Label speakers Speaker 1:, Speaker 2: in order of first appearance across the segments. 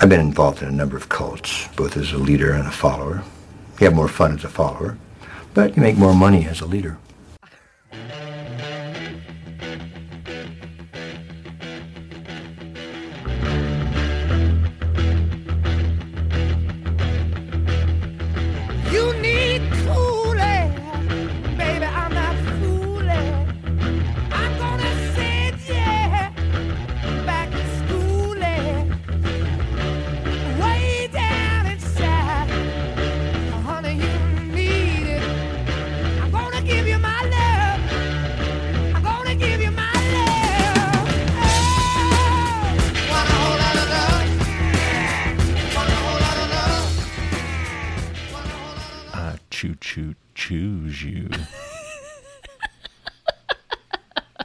Speaker 1: I've been involved in a number of cults, both as a leader and a follower. You have more fun as a follower, but you make more money as a leader.
Speaker 2: You need cool air, baby. I'm not fooling. I'm gonna say it, yeah. Back to school air, way down inside, honey, you need it. I'm gonna give you my love. I'm gonna give you my love. Oh, want a whole lot of love. Want a whole lot of love.
Speaker 3: I choo choo choose you.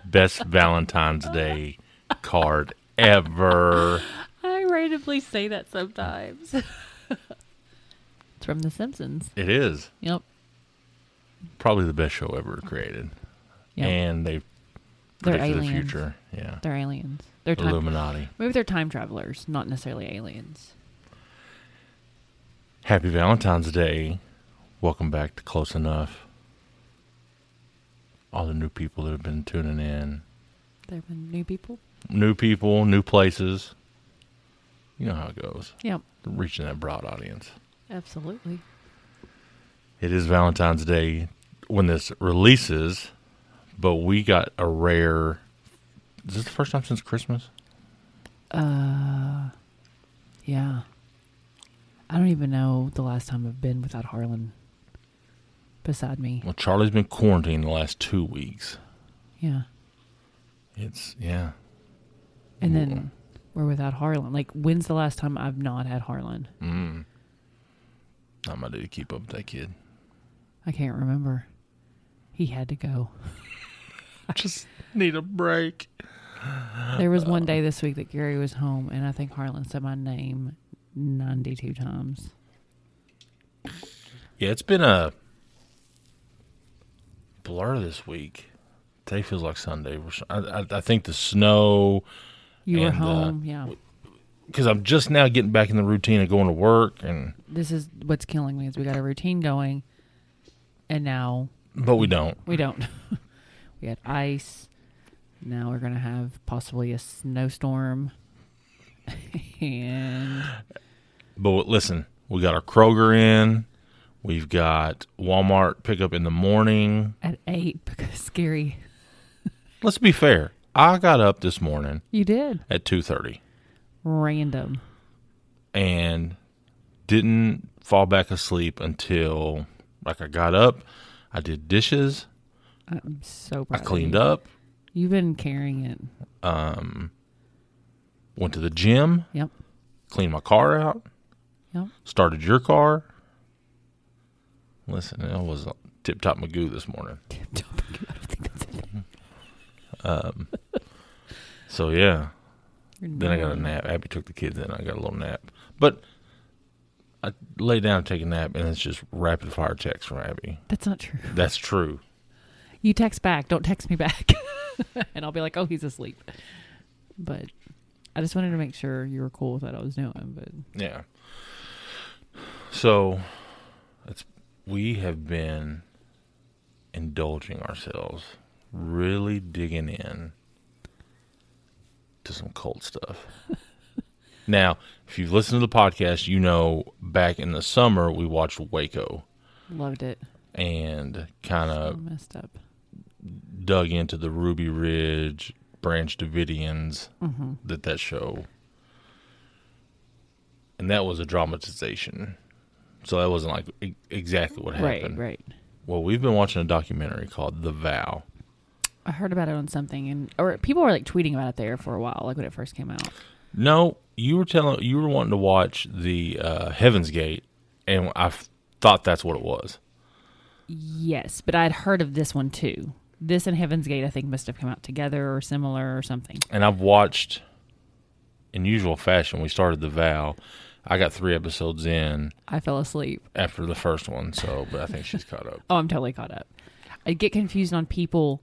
Speaker 3: Best Valentine's Day card ever.
Speaker 4: I randomly say that sometimes. it's from The Simpsons.
Speaker 3: It is
Speaker 4: Yep.
Speaker 3: probably the best show ever created,
Speaker 4: Yep.
Speaker 3: and they
Speaker 4: They're
Speaker 3: predicted the
Speaker 4: aliens.
Speaker 3: future. Yeah,
Speaker 4: They're aliens. They're time.
Speaker 3: Illuminati.
Speaker 4: Maybe they're time travelers, not necessarily aliens.
Speaker 3: Happy Valentine's Day. Welcome back to Close Enough. All the new people that have been tuning in.
Speaker 4: They've been new people.
Speaker 3: New people, new places. You know how it goes.
Speaker 4: Yep.
Speaker 3: Reaching that broad audience.
Speaker 4: Absolutely.
Speaker 3: It is Valentine's Day when this releases, but we got a rare. Is this the first time since Christmas?
Speaker 4: Yeah. I don't even know the last time I've been without Harlan beside me.
Speaker 3: Well, Charlie's been quarantined the last two weeks.
Speaker 4: Yeah.
Speaker 3: It's, yeah.
Speaker 4: And then we're without Harlan. Like, when's the last time I've not had Harlan?
Speaker 3: Mm. Not my dude to keep up with that kid.
Speaker 4: I can't remember. He had to go.
Speaker 3: I just need a break.
Speaker 4: There was one day this week that Gary was home, and I think Harlan said my name 92 times.
Speaker 3: Yeah, it's been a blur this week. Today feels like Sunday. We're s- I, I- I think the snow,
Speaker 4: You were
Speaker 3: And, uh,
Speaker 4: home. yeah.
Speaker 3: because I'm just now getting back in the routine of going to work, and
Speaker 4: This is what's killing me is we got a routine going, and now
Speaker 3: but we don't.
Speaker 4: we don't. we had ice. Now we're going to have possibly a snowstorm. and
Speaker 3: But listen, we got our Kroger in. We've got Walmart pickup in the morning.
Speaker 4: at 8 because Gary,
Speaker 3: Let's be fair. I got up this morning
Speaker 4: you did.
Speaker 3: at 2:30
Speaker 4: Random.
Speaker 3: and didn't fall back asleep until like I got up. I did dishes.
Speaker 4: I'm so
Speaker 3: I
Speaker 4: proud.
Speaker 3: cleaned up.
Speaker 4: You've been carrying it.
Speaker 3: Went to the gym,
Speaker 4: Yep.
Speaker 3: cleaned my car out,
Speaker 4: Yep.
Speaker 3: started your car. Listen, I was tip top Magoo this morning.
Speaker 4: I don't think that's it.
Speaker 3: So yeah,
Speaker 4: You're
Speaker 3: Then I got a
Speaker 4: numb.
Speaker 3: nap. Abby took the kids in. I got a little nap. But I lay down and take a nap, and it's just rapid fire text from Abby.
Speaker 4: That's not true.
Speaker 3: That's true.
Speaker 4: You text back. Don't text me back. and I'll be like, oh, he's asleep. But I just wanted to make sure you were cool with what I was doing. But
Speaker 3: Yeah. So it's we have been indulging ourselves, really digging in to some cult stuff. now, if you've listened to the podcast, you know back in the summer we watched Waco
Speaker 4: loved it.
Speaker 3: and kind
Speaker 4: I
Speaker 3: of
Speaker 4: messed up.
Speaker 3: dug into the Ruby Ridge Branch Davidians
Speaker 4: Mm-hmm.
Speaker 3: that that show, and that was a dramatization. So that wasn't like e- exactly what
Speaker 4: Right,
Speaker 3: happened.
Speaker 4: right.
Speaker 3: Well, we've been watching a documentary called The Vow,
Speaker 4: I heard about it on something, and or people were like tweeting about it there for a while, like when it first came out.
Speaker 3: No, you were telling you were wanting to watch the uh, Heaven's Gate, and I f- thought that's what it was.
Speaker 4: Yes, but I'd heard of this one too. This and Heaven's Gate, I think, must have come out together or similar or something.
Speaker 3: And I've watched, in usual fashion, we started the Vow. I got three episodes in
Speaker 4: I fell asleep.
Speaker 3: after the first one, so but I think she's caught up.
Speaker 4: Oh, I'm totally caught up. I get confused on people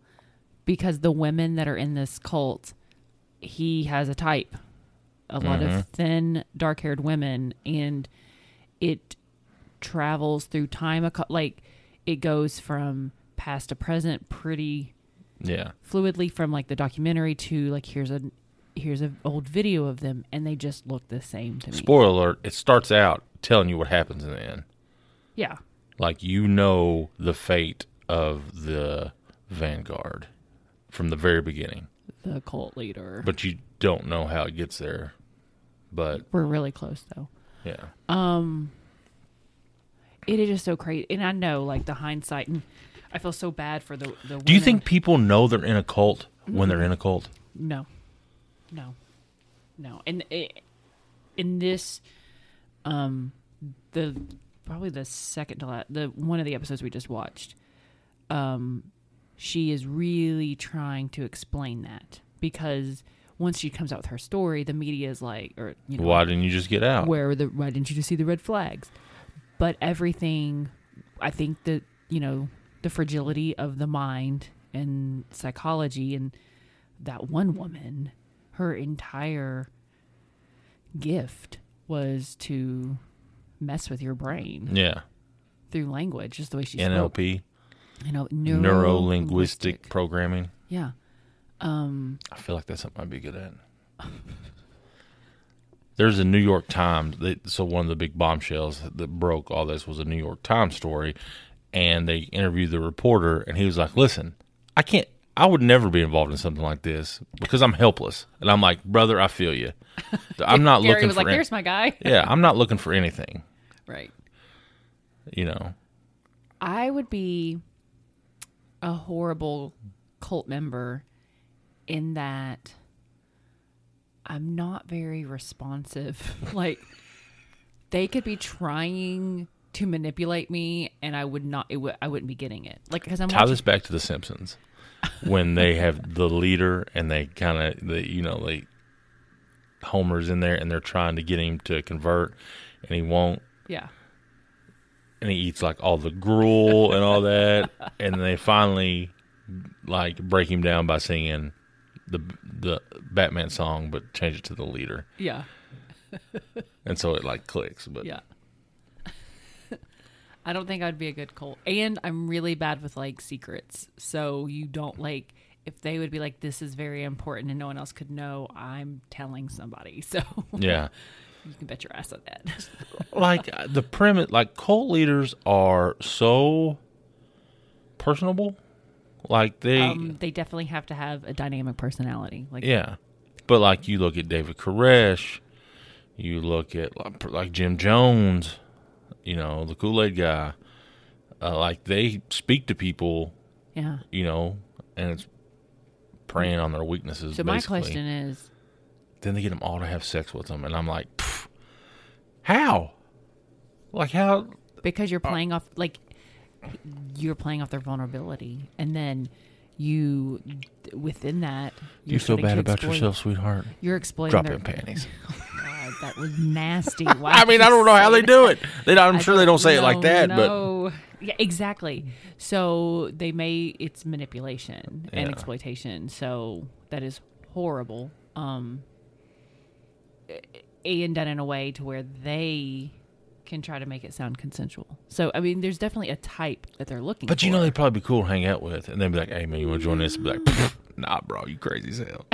Speaker 4: because the women that are in this cult, he has a type. A lot of thin, dark haired women, and it travels through time. a co- Like it goes from past to present pretty
Speaker 3: Yeah,
Speaker 4: fluidly from like the documentary to like here's a here's an old video of them and they just look the same to me.
Speaker 3: spoiler alert! It starts out telling you what happens in the end.
Speaker 4: Yeah.
Speaker 3: Like you know the fate of the Vanguard from the very beginning,
Speaker 4: The cult leader.
Speaker 3: but you don't know how it gets there. But
Speaker 4: We're really close though.
Speaker 3: yeah,
Speaker 4: It is just so crazy. And I know like the hindsight and I feel so bad for the the
Speaker 3: do you
Speaker 4: women.
Speaker 3: think people know they're in a cult when they're in a cult?
Speaker 4: No. No. No. And it, in this um the probably the second to la the one of the episodes we just watched um she is really trying to explain that because once she comes out with her story the media is like or you know
Speaker 3: Why didn't you just get out?
Speaker 4: where were the why didn't you just see the red flags but everything i think that you know the fragility of the mind and psychology and that one woman her entire gift was to mess with your brain
Speaker 3: Yeah,
Speaker 4: through language just the way she spoke
Speaker 3: NLP,
Speaker 4: you know
Speaker 3: neuro
Speaker 4: neuro-linguistic.
Speaker 3: linguistic programming.
Speaker 4: yeah
Speaker 3: I feel like that's something I'd be good at. There's a New York Times. They, so one of the big bombshells that broke all this was a New York Times story, and they interviewed the reporter, and he was like, "Listen, I can't. I would never be involved in something like this because I'm helpless." And I'm like, "Brother, I feel you. I'm not
Speaker 4: gary
Speaker 3: looking
Speaker 4: was
Speaker 3: for
Speaker 4: like
Speaker 3: an-
Speaker 4: here's my guy
Speaker 3: yeah. I'm not looking for anything.
Speaker 4: right
Speaker 3: You know,
Speaker 4: I would be a horrible cult member in that I'm not very responsive. like they could be trying to manipulate me and I would not it would I wouldn't be getting it. Like cuz I'm
Speaker 3: tie
Speaker 4: watching,
Speaker 3: this back to The Simpsons when they have the leader and they kind of, they, you know, they Homer's in there and they're trying to get him to convert and he won't.
Speaker 4: yeah.
Speaker 3: And he eats like all the gruel and all that. And they finally like break him down by singing the the Batman song, but change it to the leader.
Speaker 4: Yeah.
Speaker 3: And so it like clicks. But
Speaker 4: Yeah. I don't think I'd be a good cult. And I'm really bad with like secrets. So you don't like if they would be like this is very important and no one else could know, I'm telling somebody. So
Speaker 3: yeah.
Speaker 4: you can bet your ass on that.
Speaker 3: like uh, the premise like cult leaders are so personable like they
Speaker 4: Um, they definitely have to have a dynamic personality. Like
Speaker 3: yeah but like you look at david koresh you look at like, like jim jones you know the kool-aid guy uh, like they speak to people
Speaker 4: yeah.
Speaker 3: you know and it's preying on their weaknesses
Speaker 4: So my
Speaker 3: basically.
Speaker 4: question is
Speaker 3: then they get them all to have sex with them and i'm like pff, how like how
Speaker 4: because
Speaker 3: Uh,
Speaker 4: you're playing off like you're playing off their vulnerability and then you within that you're
Speaker 3: you feel
Speaker 4: starting to
Speaker 3: bad about
Speaker 4: exploit-
Speaker 3: yourself sweetheart
Speaker 4: You're exploiting
Speaker 3: drop
Speaker 4: their
Speaker 3: in panties.
Speaker 4: God, that was nasty. Why
Speaker 3: I mean, I don't know how they do it. They, don't- I'm sure they don't say it like that,
Speaker 4: but yeah, exactly. So they may it's manipulation and
Speaker 3: Yeah.
Speaker 4: exploitation. So that is horrible. Um, and done in a way to where they can try to make it sound consensual. So I mean, there's definitely a type that they're looking.
Speaker 3: but but you
Speaker 4: for.
Speaker 3: know they'd probably be cool to hang out with, and they'd be like, "Hey man, you want to join this?" Be like, "Pfft,
Speaker 4: Mm-hmm.
Speaker 3: "Nah, bro, you crazy as hell."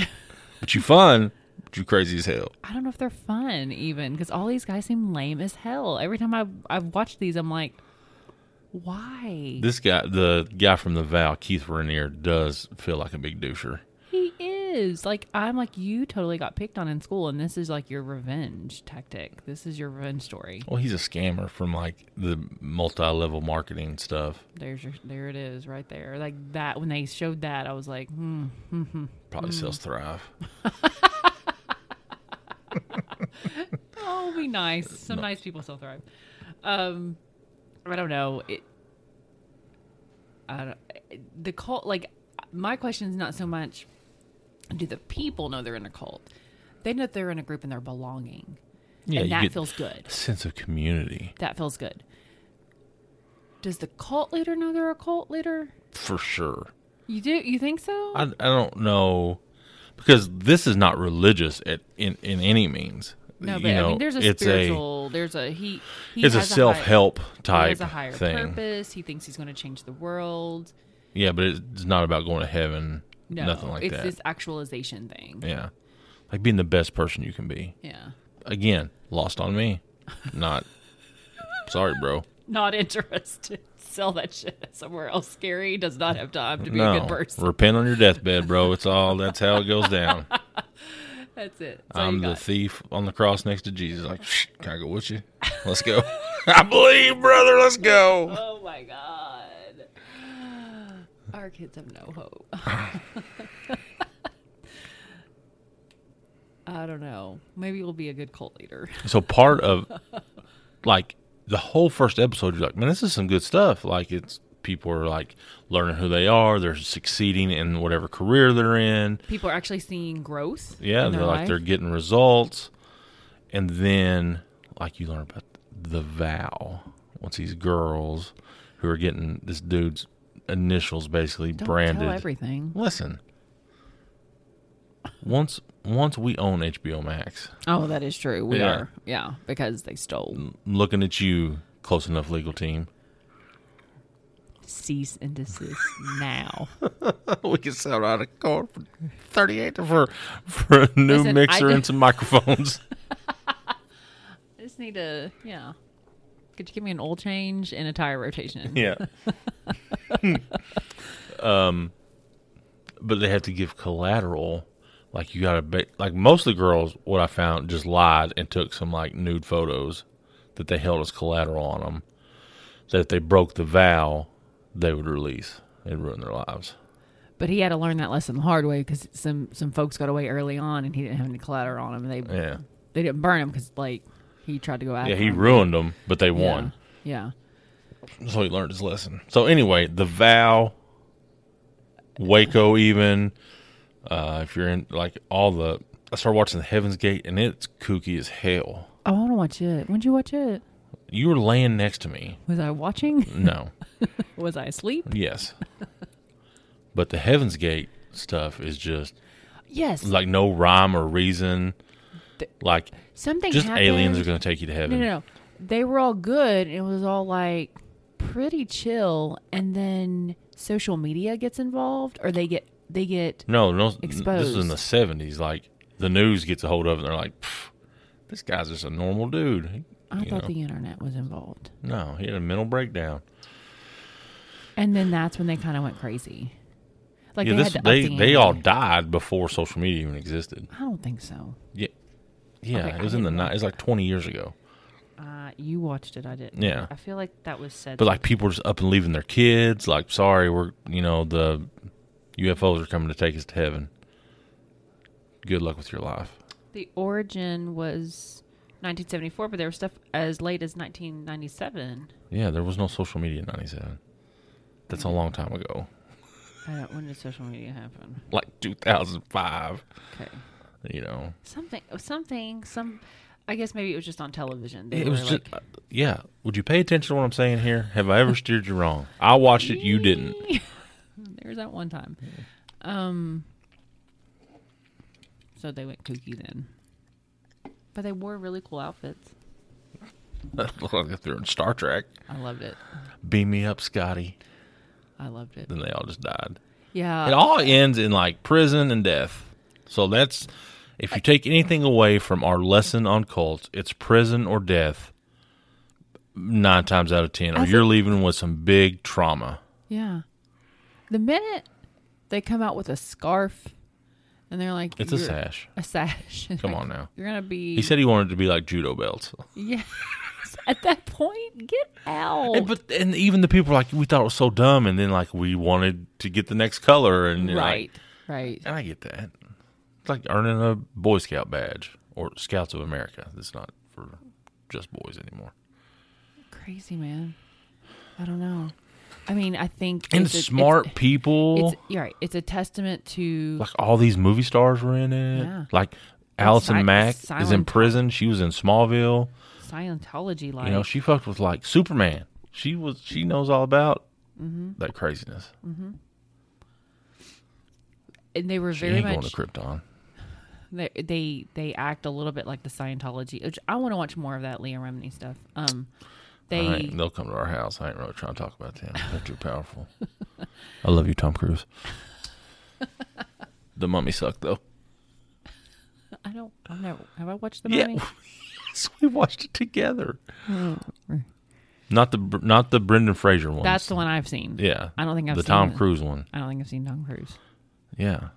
Speaker 3: but you fun, but you crazy as hell.
Speaker 4: I don't know if they're fun even because all these guys seem lame as hell. Every time I I've watched these, I'm like, why?
Speaker 3: This guy, the guy from the Val, Keith Rainier, does feel like a big doucher.
Speaker 4: He is. is. Like I'm like you totally got picked on in school, and this is like your revenge tactic. This is your revenge story.
Speaker 3: Well, he's a scammer from like the multi-level marketing stuff.
Speaker 4: There's your there it is right there. Like that when they showed that, I was like, hmm.
Speaker 3: Probably
Speaker 4: Mm.
Speaker 3: sells Thrive.
Speaker 4: Oh, be nice.
Speaker 3: Uh,
Speaker 4: Some nice people still thrive. Um, I don't know. It, I don't. The cult. Like, my question is not so much. Do the people know they're in a cult? They know they're in a group and they're belonging.
Speaker 3: Yeah,
Speaker 4: and
Speaker 3: you
Speaker 4: that
Speaker 3: get
Speaker 4: feels good.
Speaker 3: a sense of community
Speaker 4: That feels good. Does the cult leader know they're a cult leader?
Speaker 3: for sure.
Speaker 4: You do. You think so?
Speaker 3: I, I don't know because this is not religious at in, in any means.
Speaker 4: no,
Speaker 3: You
Speaker 4: but I
Speaker 3: know,
Speaker 4: mean, there's a
Speaker 3: it's
Speaker 4: spiritual. there's a he. he
Speaker 3: it's a
Speaker 4: has high-
Speaker 3: self help
Speaker 4: He
Speaker 3: type
Speaker 4: has a higher
Speaker 3: thing.
Speaker 4: purpose. He thinks he's going to change the world.
Speaker 3: Yeah, but it's not about going to heaven.
Speaker 4: No,
Speaker 3: nothing like
Speaker 4: it's
Speaker 3: that.
Speaker 4: this actualization thing.
Speaker 3: Yeah, like being the best person you can be.
Speaker 4: Yeah.
Speaker 3: Again, lost on me. Not sorry, bro.
Speaker 4: Not interested. Sell that shit somewhere else. Gary does not have time to be
Speaker 3: no,
Speaker 4: a good person.
Speaker 3: repent on your deathbed, bro. It's all that's how it goes down.
Speaker 4: That's it. That's all you
Speaker 3: I'm the
Speaker 4: got.
Speaker 3: thief on the cross next to Jesus. Like, "Shh, can I go with you? Let's go. I believe, brother. Let's go.
Speaker 4: oh my god. Our kids have no hope. I don't know. Maybe we'll be a good cult leader.
Speaker 3: So part of like the whole first episode, you're like, man, this is some good stuff. Like it's people are like learning who they are. They're succeeding in whatever career they're in.
Speaker 4: People are actually seeing growth.
Speaker 3: Yeah,
Speaker 4: in
Speaker 3: they're
Speaker 4: their
Speaker 3: like
Speaker 4: life.
Speaker 3: they're getting results, and then like you learn about the vow. Once these girls who are getting this dude's initials basically
Speaker 4: Don't
Speaker 3: branded.
Speaker 4: tell everything.
Speaker 3: Listen, once once we own HBO Max,
Speaker 4: Oh, that is true. We
Speaker 3: Yeah. Mm.
Speaker 4: are. Yeah, because they stole.
Speaker 3: I'm looking at you, close enough legal team.
Speaker 4: Cease and desist now.
Speaker 3: we can sell out a car for thirty eight for for a new
Speaker 4: Listen, I
Speaker 3: mixer and
Speaker 4: don't-
Speaker 3: some microphones.
Speaker 4: I just need to, yeah. Could you give me an oil change and a tire rotation?
Speaker 3: Yeah. um, but they have to give collateral. Like you got to ba- like most of the girls. What I found just lied and took some like nude photos that they held as collateral on them. That if they broke the vow, they would release. It'd ruin their lives.
Speaker 4: But he had to learn that lesson the hard way because some some folks got away early on and he didn't have any collateral on him. They
Speaker 3: Yeah,
Speaker 4: they didn't burn him because like he tried to go after.
Speaker 3: yeah. He
Speaker 4: him.
Speaker 3: ruined them, but they won.
Speaker 4: Yeah.
Speaker 3: So he learned his lesson. So anyway, the vow, Waco, even uh, if you're in like all the, I started watching the Heaven's Gate, and it's kooky as hell.
Speaker 4: Oh, I want to watch it. When did you watch it?
Speaker 3: You were laying next to me.
Speaker 4: Was I watching?
Speaker 3: No,
Speaker 4: Was I asleep?
Speaker 3: yes, but the Heaven's Gate stuff is just
Speaker 4: Yes.
Speaker 3: like no rhyme or reason. Like
Speaker 4: Something
Speaker 3: just
Speaker 4: happened.
Speaker 3: aliens are going to take you to
Speaker 4: No,
Speaker 3: heaven.
Speaker 4: no, no. They were all good. It was all like pretty chill, and then social media gets involved, or they get they get
Speaker 3: No, no. This is in
Speaker 4: Exposed.
Speaker 3: the seventies. Like the news gets a hold of it, and they're like, "Pff, "This guy's just a normal dude."
Speaker 4: I
Speaker 3: You
Speaker 4: thought
Speaker 3: know?
Speaker 4: the internet was involved.
Speaker 3: No, he had a mental breakdown.
Speaker 4: And then that's when they kind of went crazy. Like
Speaker 3: yeah,
Speaker 4: they
Speaker 3: this,
Speaker 4: had to
Speaker 3: they
Speaker 4: up the
Speaker 3: they
Speaker 4: ante.
Speaker 3: all died before social media even existed.
Speaker 4: I don't think so.
Speaker 3: Yeah, yeah,
Speaker 4: Okay,
Speaker 3: it was
Speaker 4: I
Speaker 3: in the
Speaker 4: didn't
Speaker 3: night. It was like twenty years ago.
Speaker 4: Uh, you watched it. I didn't.
Speaker 3: Yeah.
Speaker 4: I feel like that was said.
Speaker 3: But like people were just up and leaving their kids. Like, sorry, we're you know the UFOs are coming to take us to heaven. Good luck with your life.
Speaker 4: the origin was 1974, but there was stuff as late as 1997.
Speaker 3: Yeah, there was no social media in '97. That's a long time ago,
Speaker 4: I don't, Uh, when did social media happen?
Speaker 3: like 2005.
Speaker 4: Okay.
Speaker 3: You know,
Speaker 4: Something. Something. Some. I guess maybe it was just on television. They
Speaker 3: it
Speaker 4: were
Speaker 3: was
Speaker 4: like,
Speaker 3: just uh, yeah. Would you pay attention to what I'm saying here? Have I ever steered you wrong? I watched it. You didn't.
Speaker 4: There's that one time. Um. So they went kooky then. But they wore really cool outfits.
Speaker 3: Look like they're in Star Trek.
Speaker 4: I loved it.
Speaker 3: Beam me up, Scotty.
Speaker 4: I loved it.
Speaker 3: Then they all just died.
Speaker 4: Yeah.
Speaker 3: It all ends in like prison and death. So that's if you take anything away from our lesson on cults, it's prison or death. Nine times out of ten, or
Speaker 4: I
Speaker 3: you're leaving with some big trauma.
Speaker 4: yeah. The minute they come out with a scarf and they're like,
Speaker 3: It's a
Speaker 4: "You're
Speaker 3: sash.
Speaker 4: A sash.
Speaker 3: Come on now.
Speaker 4: You're gonna be.
Speaker 3: He said he wanted it to be like judo belts.
Speaker 4: yes. At that point, get out.
Speaker 3: And, but and even the people were like we thought it was so dumb, and then like we wanted to get the next color, and you're like-
Speaker 4: right. Right.
Speaker 3: and I get that. It's like earning a Boy Scout badge or Scouts of America. It's not for just boys anymore.
Speaker 4: Crazy man. I don't know. I mean, I think
Speaker 3: And
Speaker 4: it's a- it's-
Speaker 3: smart people,
Speaker 4: It's, you're right. It's a testament to
Speaker 3: like all these movie stars were in it.
Speaker 4: Yeah.
Speaker 3: Like Allison
Speaker 4: Si-
Speaker 3: Mack is in
Speaker 4: Silent-
Speaker 3: prison. She was in Smallville.
Speaker 4: Scientology life.
Speaker 3: You know, she fucked with like Superman. She was. She knows all about
Speaker 4: Mm-hmm.
Speaker 3: that craziness.
Speaker 4: and they were
Speaker 3: She
Speaker 4: very
Speaker 3: ain't going
Speaker 4: much
Speaker 3: to Krypton.
Speaker 4: they, they they act a little bit like the Scientology. Which I want to watch more of that Leah Remini stuff. Um, they
Speaker 3: I ain't- they'll come to our house. I ain't really trying to talk about them. They're too powerful. I love you, Tom Cruise. the mummy sucked though.
Speaker 4: I don't I've never have I watched the
Speaker 3: Yeah.
Speaker 4: movie?
Speaker 3: yes, we watched it together. Hmm. not the Br- not the Brendan Fraser one.
Speaker 4: That's the one I've seen.
Speaker 3: yeah.
Speaker 4: I don't think I've
Speaker 3: the
Speaker 4: seen
Speaker 3: Tom
Speaker 4: the-
Speaker 3: Cruise one.
Speaker 4: I don't think I've seen Tom Cruise.
Speaker 3: Yeah,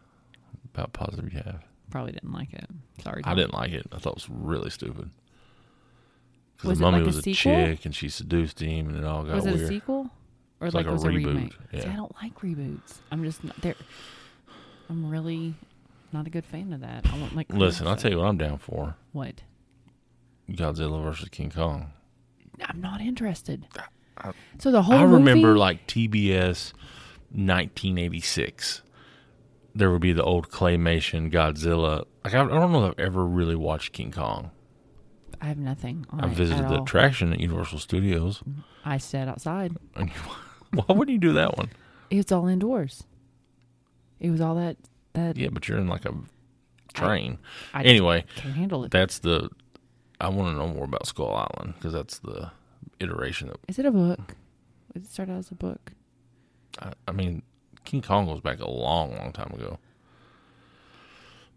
Speaker 3: about positive you have.
Speaker 4: Probably didn't like it. Sorry.
Speaker 3: I
Speaker 4: Tom.
Speaker 3: didn't like it. I thought it was really stupid. 'Cause
Speaker 4: Was it
Speaker 3: the mummy
Speaker 4: like a
Speaker 3: was a,
Speaker 4: sequel?
Speaker 3: chick and she seduced him and it all got
Speaker 4: Was it
Speaker 3: weird.
Speaker 4: a sequel or
Speaker 3: It's
Speaker 4: like,
Speaker 3: like a
Speaker 4: it was
Speaker 3: reboot,
Speaker 4: remake? See,
Speaker 3: yeah.
Speaker 4: I don't like reboots. I'm just not there. I'm really not a good fan of that. I want like
Speaker 3: Listen, I'll tell you what I'm down for.
Speaker 4: what.
Speaker 3: Godzilla versus King Kong.
Speaker 4: I'm not interested. So the whole
Speaker 3: I remember
Speaker 4: movie-
Speaker 3: like TBS 1986. There would be the old claymation Godzilla. Like I, I don't know if I've ever really watched King Kong.
Speaker 4: I Mm-hmm. have nothing. On
Speaker 3: I
Speaker 4: it
Speaker 3: visited
Speaker 4: at
Speaker 3: the
Speaker 4: all.
Speaker 3: attraction at Universal Studios.
Speaker 4: I sat outside.
Speaker 3: And why wouldn't you do that one?
Speaker 4: It's all indoors. It was all that that
Speaker 3: Yeah, but you're in like a train.
Speaker 4: I just
Speaker 3: anyway,
Speaker 4: can't handle it. Is
Speaker 3: that's the. I want to know more about Skull Island because that's the iteration that
Speaker 4: it a book? Did it start out as a book?
Speaker 3: I, I mean, King Kong goes back a long, long time ago.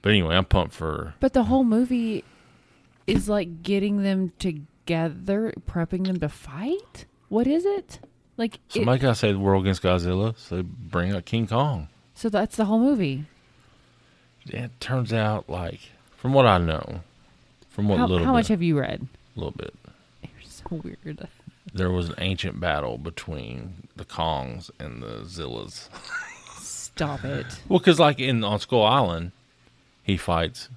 Speaker 3: But anyway, I'm pumped for
Speaker 4: But the whole movie is like getting them together, prepping them to fight. What is it? Like it-
Speaker 3: somebody got to say the world against Godzilla, so they bring out King Kong.
Speaker 4: so that's the whole movie.
Speaker 3: It turns out, like from what I know, from what
Speaker 4: How,
Speaker 3: little
Speaker 4: how
Speaker 3: bit,
Speaker 4: much have you read?
Speaker 3: little bit,
Speaker 4: You're so weird.
Speaker 3: there was an ancient battle between the Kongs and the Zillas.
Speaker 4: Stop it.
Speaker 3: Well, because like in on Skull Island, he fights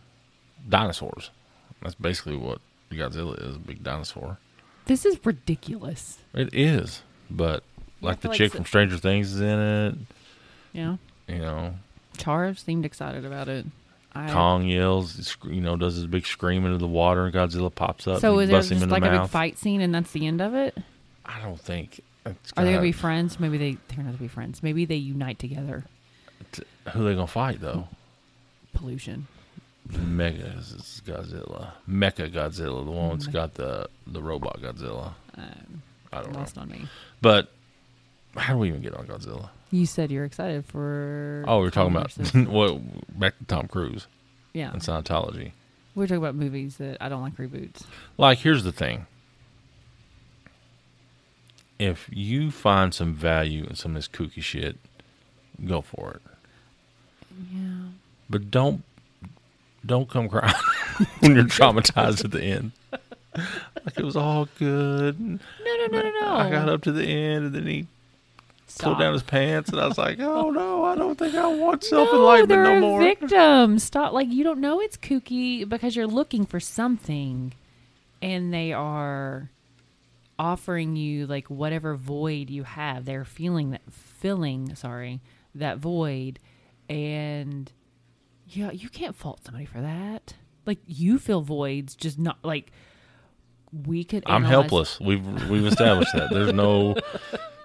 Speaker 3: dinosaurs. That's basically what Godzilla is—a big dinosaur.
Speaker 4: This is ridiculous.
Speaker 3: It is, but like
Speaker 4: I
Speaker 3: the
Speaker 4: feel like
Speaker 3: chick
Speaker 4: so-
Speaker 3: from Stranger Things is in it.
Speaker 4: Yeah.
Speaker 3: You know,
Speaker 4: Char seemed excited about it. I,
Speaker 3: Kong yells. he sc- You know, does his big scream into the water, and Godzilla pops up.
Speaker 4: So
Speaker 3: and
Speaker 4: is there
Speaker 3: busts him
Speaker 4: just
Speaker 3: in
Speaker 4: like
Speaker 3: the
Speaker 4: a
Speaker 3: mouth.
Speaker 4: big fight scene, and that's the end of it?
Speaker 3: I don't think. It's
Speaker 4: Are they gonna be
Speaker 3: kinda-
Speaker 4: friends? Maybe they they're not gonna be friends. Maybe they unite together.
Speaker 3: who they gonna fight though?
Speaker 4: Pollution.
Speaker 3: Mega is is Godzilla. Mecha Godzilla, the one that's got the the robot Godzilla. I don't know.
Speaker 4: Lost on me.
Speaker 3: But how do we even get on Godzilla?
Speaker 4: You said you're excited for.
Speaker 3: Oh, we were talking
Speaker 4: Tom
Speaker 3: about
Speaker 4: versus-
Speaker 3: well, back to Tom Cruise
Speaker 4: yeah.
Speaker 3: and Scientology.
Speaker 4: We were talking about movies that I don't like reboots.
Speaker 3: Like, here's the thing. If you find some value in some of this kooky shit, go for it.
Speaker 4: Yeah.
Speaker 3: But don't don't come crying when you're traumatized at the end. Like it was all good. and
Speaker 4: No, no, no, no, no.
Speaker 3: I got up to the end and then he
Speaker 4: Stop.
Speaker 3: pulled down his pants and I was like, Oh no, I don't think I want self
Speaker 4: no,
Speaker 3: enlightenment
Speaker 4: they're
Speaker 3: no,
Speaker 4: a
Speaker 3: more.
Speaker 4: victim. Stop. Like you don't know it's kooky because you're looking for something, and they are offering you like whatever void you have. They're feeling that filling. Sorry, that void, and yeah, you can't fault somebody for that. Like you fill voids, just not like we could.
Speaker 3: I'm
Speaker 4: analyze-
Speaker 3: helpless. We've we've established that. There's no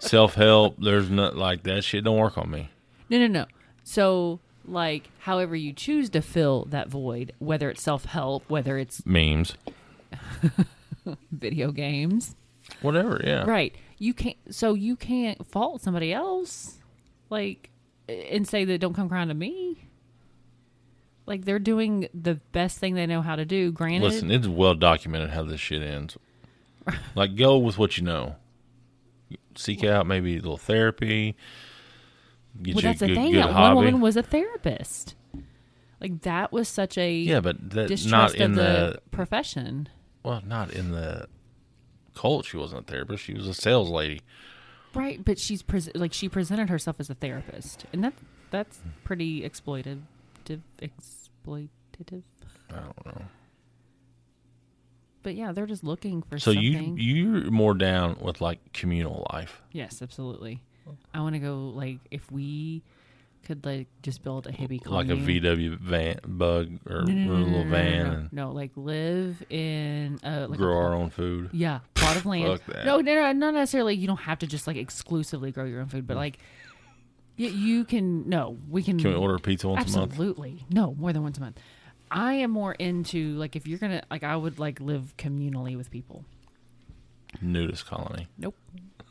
Speaker 3: self help. There's not like that shit don't work on me.
Speaker 4: No, no, no. So. Like, however you choose to fill that void, whether it's self help, whether it's
Speaker 3: Memes.
Speaker 4: video games,
Speaker 3: Whatever, yeah.
Speaker 4: Right. You can't. So you can't fault somebody else, like, and say that don't come crying to me. Like they're doing the best thing they know how to do. Granted,
Speaker 3: Listen, it's well documented how this shit ends. like, go with what you know. Seek out maybe a little therapy. Get
Speaker 4: well,
Speaker 3: you
Speaker 4: that's
Speaker 3: a good,
Speaker 4: the thing.
Speaker 3: good
Speaker 4: That
Speaker 3: hobby.
Speaker 4: one woman was a therapist. Like that was such a
Speaker 3: Yeah, but that, not
Speaker 4: distrust
Speaker 3: in
Speaker 4: of
Speaker 3: the,
Speaker 4: profession.
Speaker 3: well, not in the cult. She wasn't a therapist. She was a sales lady.
Speaker 4: Right, but she's pres like she presented herself as a therapist, and that that's pretty exploitive, exploitative.
Speaker 3: I don't know.
Speaker 4: But yeah, they're just looking for
Speaker 3: So you
Speaker 4: something.
Speaker 3: you're more down with like communal life.
Speaker 4: yes, absolutely. I want to go like if we could like just build a hippie
Speaker 3: Like
Speaker 4: commune.
Speaker 3: a VW van, bug, or
Speaker 4: No, no, no,
Speaker 3: a
Speaker 4: no,
Speaker 3: little
Speaker 4: no, no,
Speaker 3: van,
Speaker 4: No,
Speaker 3: and
Speaker 4: no, like live in a like a
Speaker 3: grow
Speaker 4: pl-
Speaker 3: our own food.
Speaker 4: Yeah, plot of land.
Speaker 3: Fuck that.
Speaker 4: No, no, no, not necessarily. You don't have to just like exclusively grow your own food, but like you, you can. No, we can.
Speaker 3: Mm. Can we order pizza once a month?
Speaker 4: Absolutely, no, more than once a month. I am more into like if you're gonna like I would like live communally with people.
Speaker 3: Nudist colony.
Speaker 4: Nope,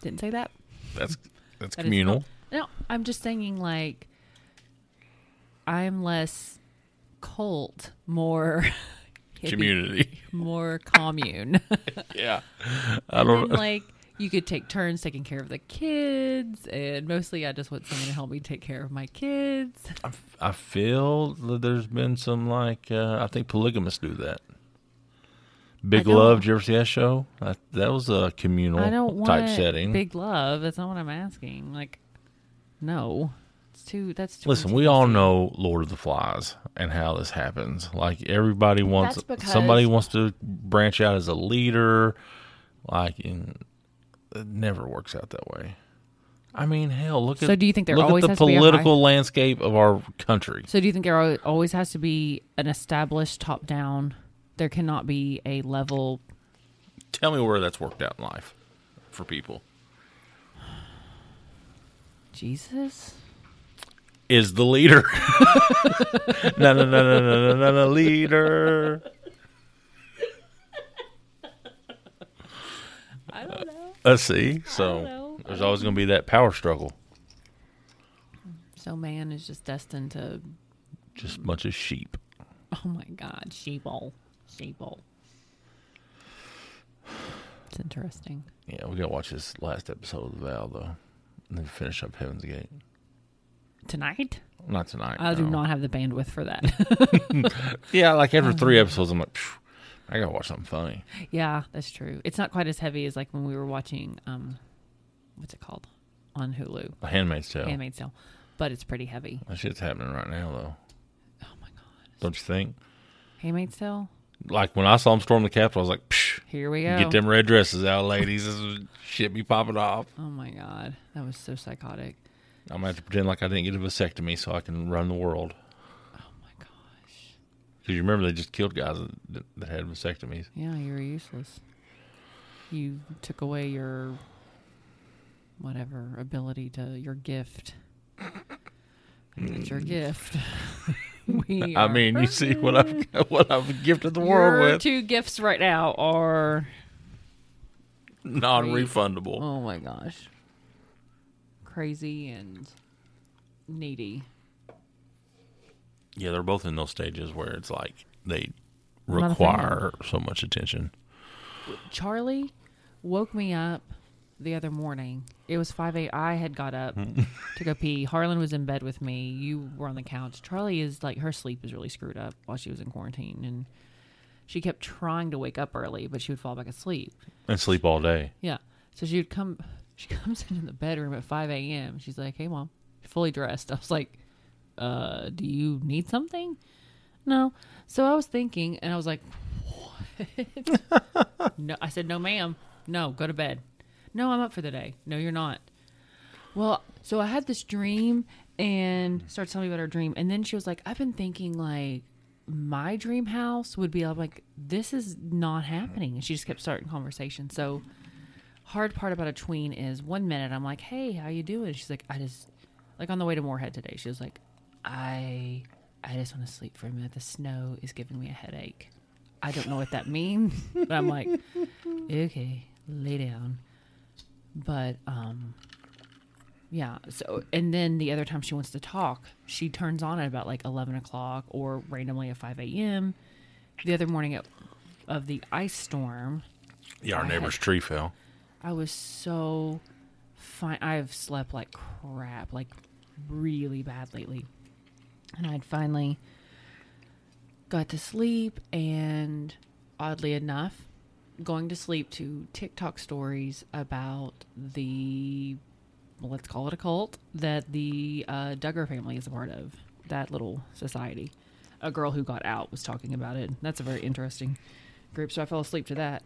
Speaker 4: didn't say that.
Speaker 3: That's that's
Speaker 4: That is
Speaker 3: communal.
Speaker 4: No, I'm just saying like I'm less cult, more hippie,
Speaker 3: Community.
Speaker 4: more commune.
Speaker 3: yeah. I don't
Speaker 4: And, like you could take turns taking care of the kids and mostly i just want someone to help me take care of my kids
Speaker 3: I feel that there's been some like uh, I think polygamists do that. Big
Speaker 4: don't-
Speaker 3: Love, did you ever see that show? I, that was a communal
Speaker 4: i don't want
Speaker 3: type setting.
Speaker 4: big love that's not what i'm asking like no it's too that's too
Speaker 3: Listen, we all know Lord of the Flies and how this happens. Like everybody wants
Speaker 4: That's because-
Speaker 3: somebody wants to branch out as a leader. Like in, it never works out that way. I mean, hell, look at
Speaker 4: So do you think there
Speaker 3: look
Speaker 4: always
Speaker 3: at the
Speaker 4: has to be a high-
Speaker 3: political landscape of our country?
Speaker 4: so do you think there al- always has to be an established top down there cannot be a level
Speaker 3: Tell me where that's worked out in life for people.
Speaker 4: jesus
Speaker 3: is the leader. no, no, no, no, no, no, no, no, leader.
Speaker 4: i don't know
Speaker 3: Let's Uh, see. So
Speaker 4: know.
Speaker 3: there's always going to be that power struggle,
Speaker 4: so man is just destined to
Speaker 3: just a bunch of sheep.
Speaker 4: oh my god sheeple sheeple it's interesting
Speaker 3: Yeah, we got to watch this last episode of The Vow though, and then finish up Heaven's Gate.
Speaker 4: tonight
Speaker 3: Not tonight.
Speaker 4: I do
Speaker 3: no.
Speaker 4: not have the bandwidth for that.
Speaker 3: Yeah, like after three episodes, I'm like, "Phew, I got to watch something funny.
Speaker 4: yeah, that's true. It's not quite as heavy as like when we were watching um what's it called? On Hulu.
Speaker 3: A Handmaid's Tale.
Speaker 4: Handmaid's Tale. But it's pretty heavy.
Speaker 3: That shit's happening right now though.
Speaker 4: Oh my god.
Speaker 3: Don't you think?
Speaker 4: Handmaid's Tale?
Speaker 3: Like when I saw him storm the Capitol, I was like, Psh,
Speaker 4: Here we go.
Speaker 3: get them red dresses out, ladies. This is- shit be popping off.
Speaker 4: Oh my god. That was so psychotic.
Speaker 3: I'm gonna have to pretend like I didn't get a vasectomy so I can run the world.
Speaker 4: Oh my gosh.
Speaker 3: Because you remember they just killed guys that, that had vasectomies.
Speaker 4: Yeah, you were useless. You took away your whatever ability to your gift. That's your gift. we
Speaker 3: Mm. I
Speaker 4: are
Speaker 3: mean, you see what I've what I've gifted the world
Speaker 4: Your
Speaker 3: with
Speaker 4: two gifts right now are
Speaker 3: non-refundable.
Speaker 4: oh my gosh, crazy and needy.
Speaker 3: Yeah, they're both in those stages where it's like they
Speaker 4: Not a
Speaker 3: require so much attention.
Speaker 4: Charlie woke me up the other morning. It was five a. I had got up to go pee. Harlan was in bed with me. You were on the couch. Charlie is like her sleep is really screwed up while she was in quarantine, and she kept trying to wake up early, but she would fall back asleep.
Speaker 3: And sleep all day.
Speaker 4: Yeah. So she would come. She comes into the bedroom at 5 a.m. She's like, "Hey, mom, fully dressed." I was like, "Uh, do you need something?" No. So I was thinking, and I was like, "What?" no, I said, "No, ma'am. No, go to bed." No, I'm up for the day. No, you're not. Well, so I had this dream and started telling me about her dream, and then she was like, "I've been thinking like." My dream house would be I'm like, this is not happening. And she just kept starting conversation. So hard part about a tween is one minute I'm like, "Hey, how you doing?" She's like, "I just like on the way to Moorhead today." She was like, "I I just want to sleep for a minute. The snow is giving me a headache. I don't know what that means." but I'm like, "Okay, lay down." But um yeah, so and then the other time she wants to talk, she turns on at about like eleven o'clock or randomly at five a.m. The other morning at, of the ice storm,
Speaker 3: Yeah, our neighbor's tree fell.
Speaker 4: I was so fine. I've slept like crap, like really bad lately. And I'd finally got to sleep and oddly enough going to sleep to tiktok stories about the well, let's call it a cult that the uh, duggar family is a part of that little society a girl who got out was talking about it that's a very interesting group so i fell asleep to that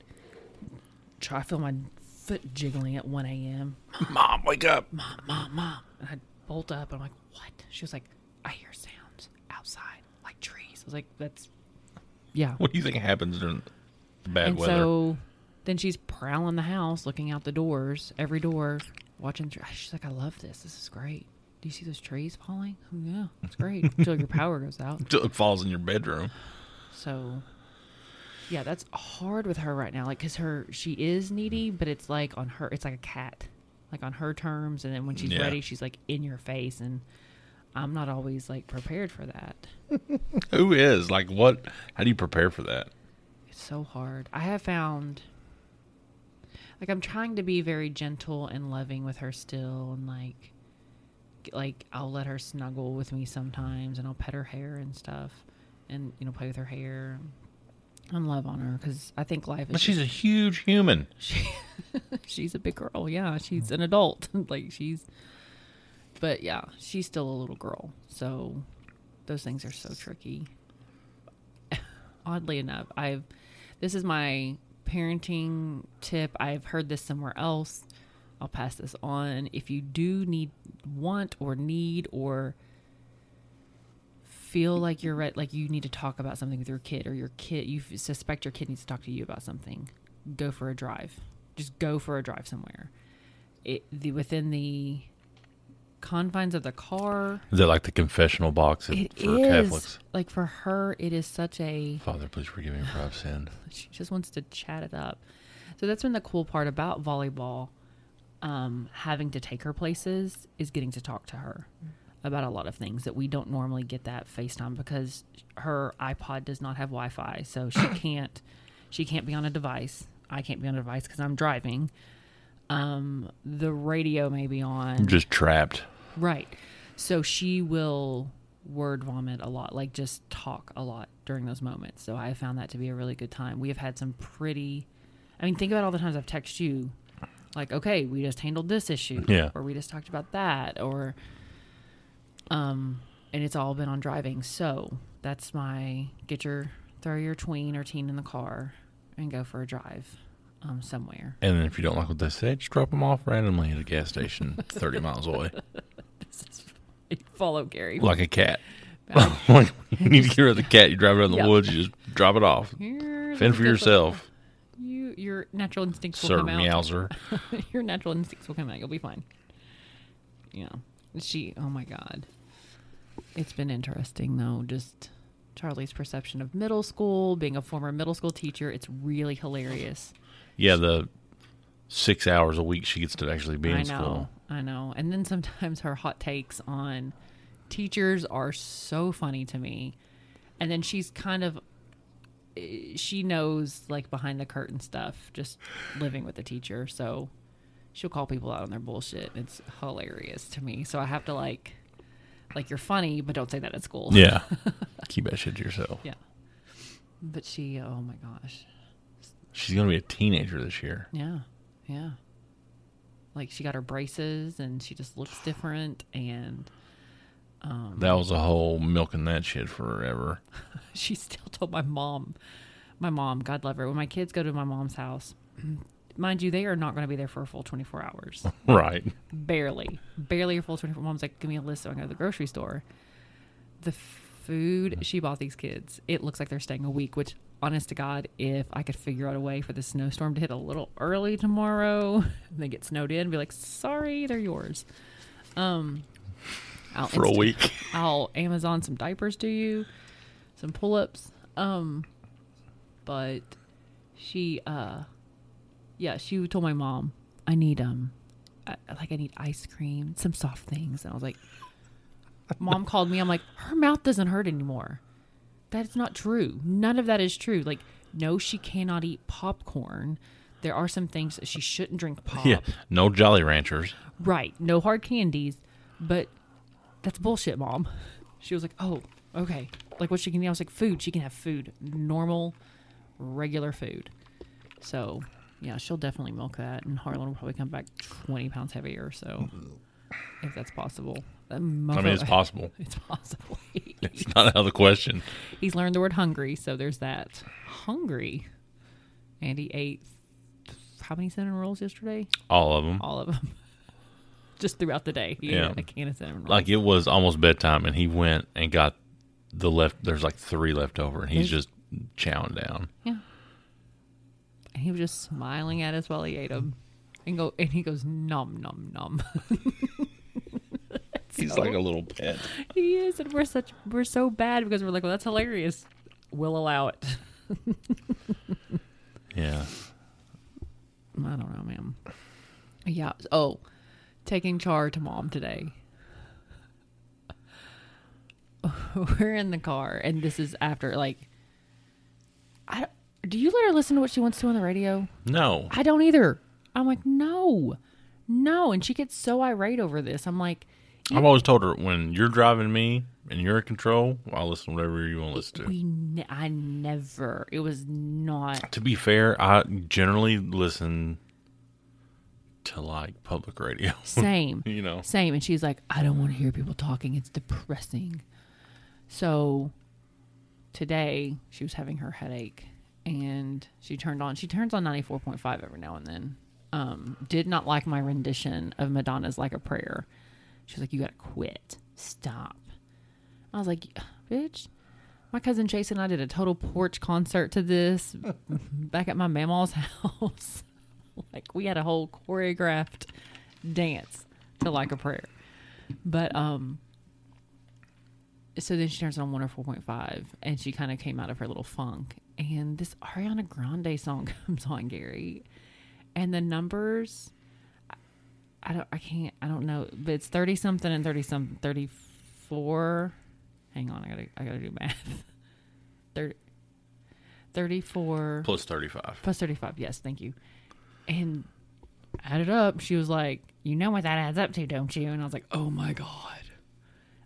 Speaker 4: try i feel my foot jiggling at 1 a.m
Speaker 3: Mom, wake up.
Speaker 4: mom, mom. And I bolt up. And I'm like, what? She was like, I hear sounds outside, like trees. I was like, that's, yeah.
Speaker 3: What do you think happens during bad
Speaker 4: and
Speaker 3: weather?
Speaker 4: so then she's prowling the house, looking out the doors, every door, watching. Tre- she's like, I love this. This is great. Do you see those trees falling? Oh, yeah, it's great. Until your power goes out.
Speaker 3: Till it falls in your bedroom.
Speaker 4: So, yeah, that's hard with her right now. Like, cause her she is
Speaker 3: Mm-hmm.
Speaker 4: needy, but it's like on her. It's like a cat, like on her terms. And then when she's
Speaker 3: Yeah.
Speaker 4: ready, she's like in your face, and I'm not always like prepared for that.
Speaker 3: Who is? Like, what? How do you prepare for that?
Speaker 4: It's so hard. I have found. Like I'm trying to be very gentle and loving with her still, and like, like I'll let her snuggle with me sometimes, and I'll pet her hair and stuff, and you know play with her hair, and love on her because I think life is.
Speaker 3: But she's a huge human.
Speaker 4: she she's a big girl yeah she's an adult like she's but yeah she's still a little girl so those things are so tricky oddly enough i've this is my parenting tip i've heard this somewhere else i'll pass this on if you do need want or need or feel like you're right like you need to talk about something with your kid or your kid you f- suspect your kid needs to talk to you about something go for a drive just go for a drive somewhere it, the, within the confines of the car
Speaker 3: Is that like the confessional box of,
Speaker 4: it is
Speaker 3: for Catholics?
Speaker 4: like for her it is such a
Speaker 3: Father, please forgive me for I've sinned.
Speaker 4: she just wants to chat it up. So that's been the cool part about volleyball. Um, having to take her places is getting to talk to her about a lot of things that we don't normally get that FaceTime because her iPod does not have Wi-Fi, so she can't she can't be on a device. I can't be on a device because I'm driving. Um, the radio may be on.
Speaker 3: I'm just trapped.
Speaker 4: Right. So she will word vomit a lot, like just talk a lot during those moments. So I found that to be a really good time. We have had some pretty, I mean, think about all the times I've texted you, like, okay, we just handled this issue,
Speaker 3: Yeah.
Speaker 4: or we just talked about that, or, um, and it's all been on driving. So that's my get your throw your tween or teen in the car and go for a drive, um, somewhere.
Speaker 3: And then if you don't like what they said, just drop them off randomly at a gas station 30 miles away.
Speaker 4: Follow Gary.
Speaker 3: Like a cat. like, you need to get rid of the cat. You drive it out in the
Speaker 4: Yeah.
Speaker 3: woods, you just drop it off.
Speaker 4: Here's
Speaker 3: Fend
Speaker 4: a
Speaker 3: for
Speaker 4: good
Speaker 3: yourself,
Speaker 4: You, your natural instincts will
Speaker 3: Sir
Speaker 4: come out.
Speaker 3: Meowser.
Speaker 4: your natural instincts will come out. You'll be fine. Yeah. She. Oh my God. It's been interesting though. Just Charlie's perception of middle school, being a former middle school teacher. It's really hilarious.
Speaker 3: Yeah, the six hours a week she gets to actually be
Speaker 4: I
Speaker 3: in
Speaker 4: know.
Speaker 3: school.
Speaker 4: I know. And then sometimes her hot takes on teachers are so funny to me. And then she's kind of eh, she knows like behind the curtain stuff just living with a teacher, so she'll call people out on their bullshit. It's hilarious to me. So I have to like like you're funny, but don't say that at school.
Speaker 3: Yeah. Keep that shit to yourself.
Speaker 4: Yeah. But she, oh my gosh.
Speaker 3: She's going to be a teenager this year.
Speaker 4: Yeah. Yeah. Like she got her braces and she just looks different and
Speaker 3: That was a whole milking that shit forever.
Speaker 4: she still told my mom my mom god love her when my kids go to my mom's house mind you they are not going to be there for a full 24 hours
Speaker 3: Right.
Speaker 4: barely barely a full 24 mom's like give me a list so i can go to the grocery store the food she bought these kids it looks like they're staying a week which honest to god if i could figure out a way for the snowstorm to hit a little early tomorrow and they get snowed in be like sorry they're yours um I'll
Speaker 3: For a
Speaker 4: Insta-
Speaker 3: week.
Speaker 4: I'll Oh, Amazon some diapers to you, some pull ups. Um, but she, uh, yeah, she told my mom, I need, um, I, like I need ice cream, some soft things. And I was like, mom called me. I'm like, her mouth doesn't hurt anymore. That's not true. None of that is true. Like, no, she cannot eat popcorn. There are some things that she shouldn't drink pop.
Speaker 3: Yeah. No Jolly Ranchers.
Speaker 4: Right. No hard candies, but that's bullshit, mom. She was like, "Oh, okay, like what she can eat. I was like, food. She can have food, normal, regular food. So yeah, she'll definitely milk that, and Harlan will probably come back twenty pounds heavier. So if that's possible, I
Speaker 3: I mean, it's possible.
Speaker 4: It's possible.
Speaker 3: It's not out of the question.
Speaker 4: He's learned the word hungry, so there's that. Hungry. And he ate how many cinnamon rolls yesterday?
Speaker 3: All of them.
Speaker 4: All of them. Just throughout the day. He
Speaker 3: Yeah.
Speaker 4: ate a can of cinnamon rolls.
Speaker 3: Like it was almost bedtime, and he went and got the left. There's like three left over, and he's just chowing down.
Speaker 4: yeah. And he was just smiling at us while he ate them. And go and he goes nom nom nom.
Speaker 3: He's like a little pet.
Speaker 4: he is, and we're such we're so bad because we're like, well, that's hilarious. We'll allow it.
Speaker 3: Yeah.
Speaker 4: I don't know, ma'am. Yeah. Oh, taking Char to mom today. We're in the car, and this is after like. I do you let her listen to what she wants to on the radio?
Speaker 3: No.
Speaker 4: I don't either. I'm like, no, no, and she gets so irate over this. I'm like,
Speaker 3: I've always told her when you're driving me and you're in control, I'll listen to whatever you want to listen to.
Speaker 4: we, ne- I never. It was not.
Speaker 3: to be fair, I generally listen to like public radio.
Speaker 4: Same.
Speaker 3: you know,
Speaker 4: Same. And she's like, I don't want to hear people talking. It's depressing. So today she was having her headache and she turned on, she turns on 94.5 every now and then. Um, did not like my rendition of Madonna's Like a Prayer. She was like, You got to quit. Stop. I was like, Bitch. My cousin Chase and I did a total porch concert to this back at my mamaw's house. like we had a whole choreographed dance to like a prayer. But um so then she turns on 104.5 and she kind of came out of her little funk and this Ariana Grande song comes on Gary and the numbers I- I don't I can't I don't know but it's 30 something and 30 something 34 hang on I got to I got to do math 30 34
Speaker 3: plus 35.
Speaker 4: plus 35 yes thank you and added up she was like you know what that adds up to don't you and i was like oh my god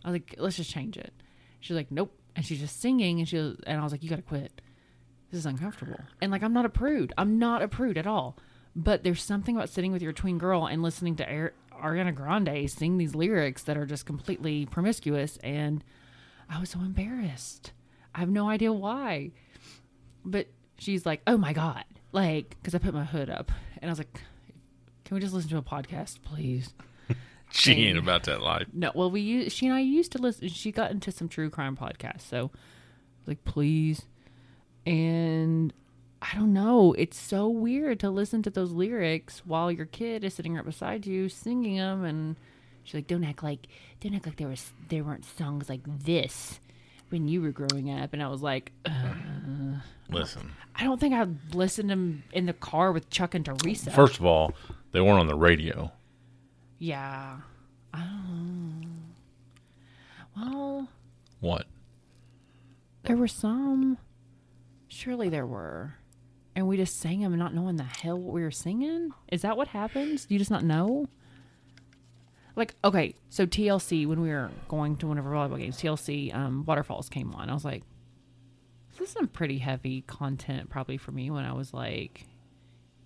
Speaker 4: i was like let's just change it she's like nope and she's just singing and she was, and i was like you gotta quit this is uncomfortable and like i'm not a prude i'm not a prude at all but there's something about sitting with your tween girl and listening to Ar- ariana grande sing these lyrics that are just completely promiscuous and i was so embarrassed i have no idea why but she's like, "Oh my god!" Like, because I put my hood up, and I was like, "Can we just listen to a podcast, please?"
Speaker 3: She
Speaker 4: Mm.
Speaker 3: ain't about that life.
Speaker 4: No, well, we u- she and I used to listen. She got into some true crime podcasts, so like, please. And I don't know. It's so weird to listen to those lyrics while your kid is sitting right beside you singing them, and she's like, "Don't act like, don't act like there was there weren't songs like this." When you were growing up, and I was like,
Speaker 3: Listen,
Speaker 4: I don't think I listened to him in the car with Chuck and Teresa.
Speaker 3: first of all, they weren't on the radio.
Speaker 4: yeah. I don't know. Well,
Speaker 3: What?
Speaker 4: there were some. Surely there were. And we just sang them not knowing the hell what we were singing? Is that what happens? You just not know? Like, okay, so TLC, when we were going to one of our volleyball games, TLC um, Waterfalls came on. I was like, this is some pretty heavy content probably for me when I was like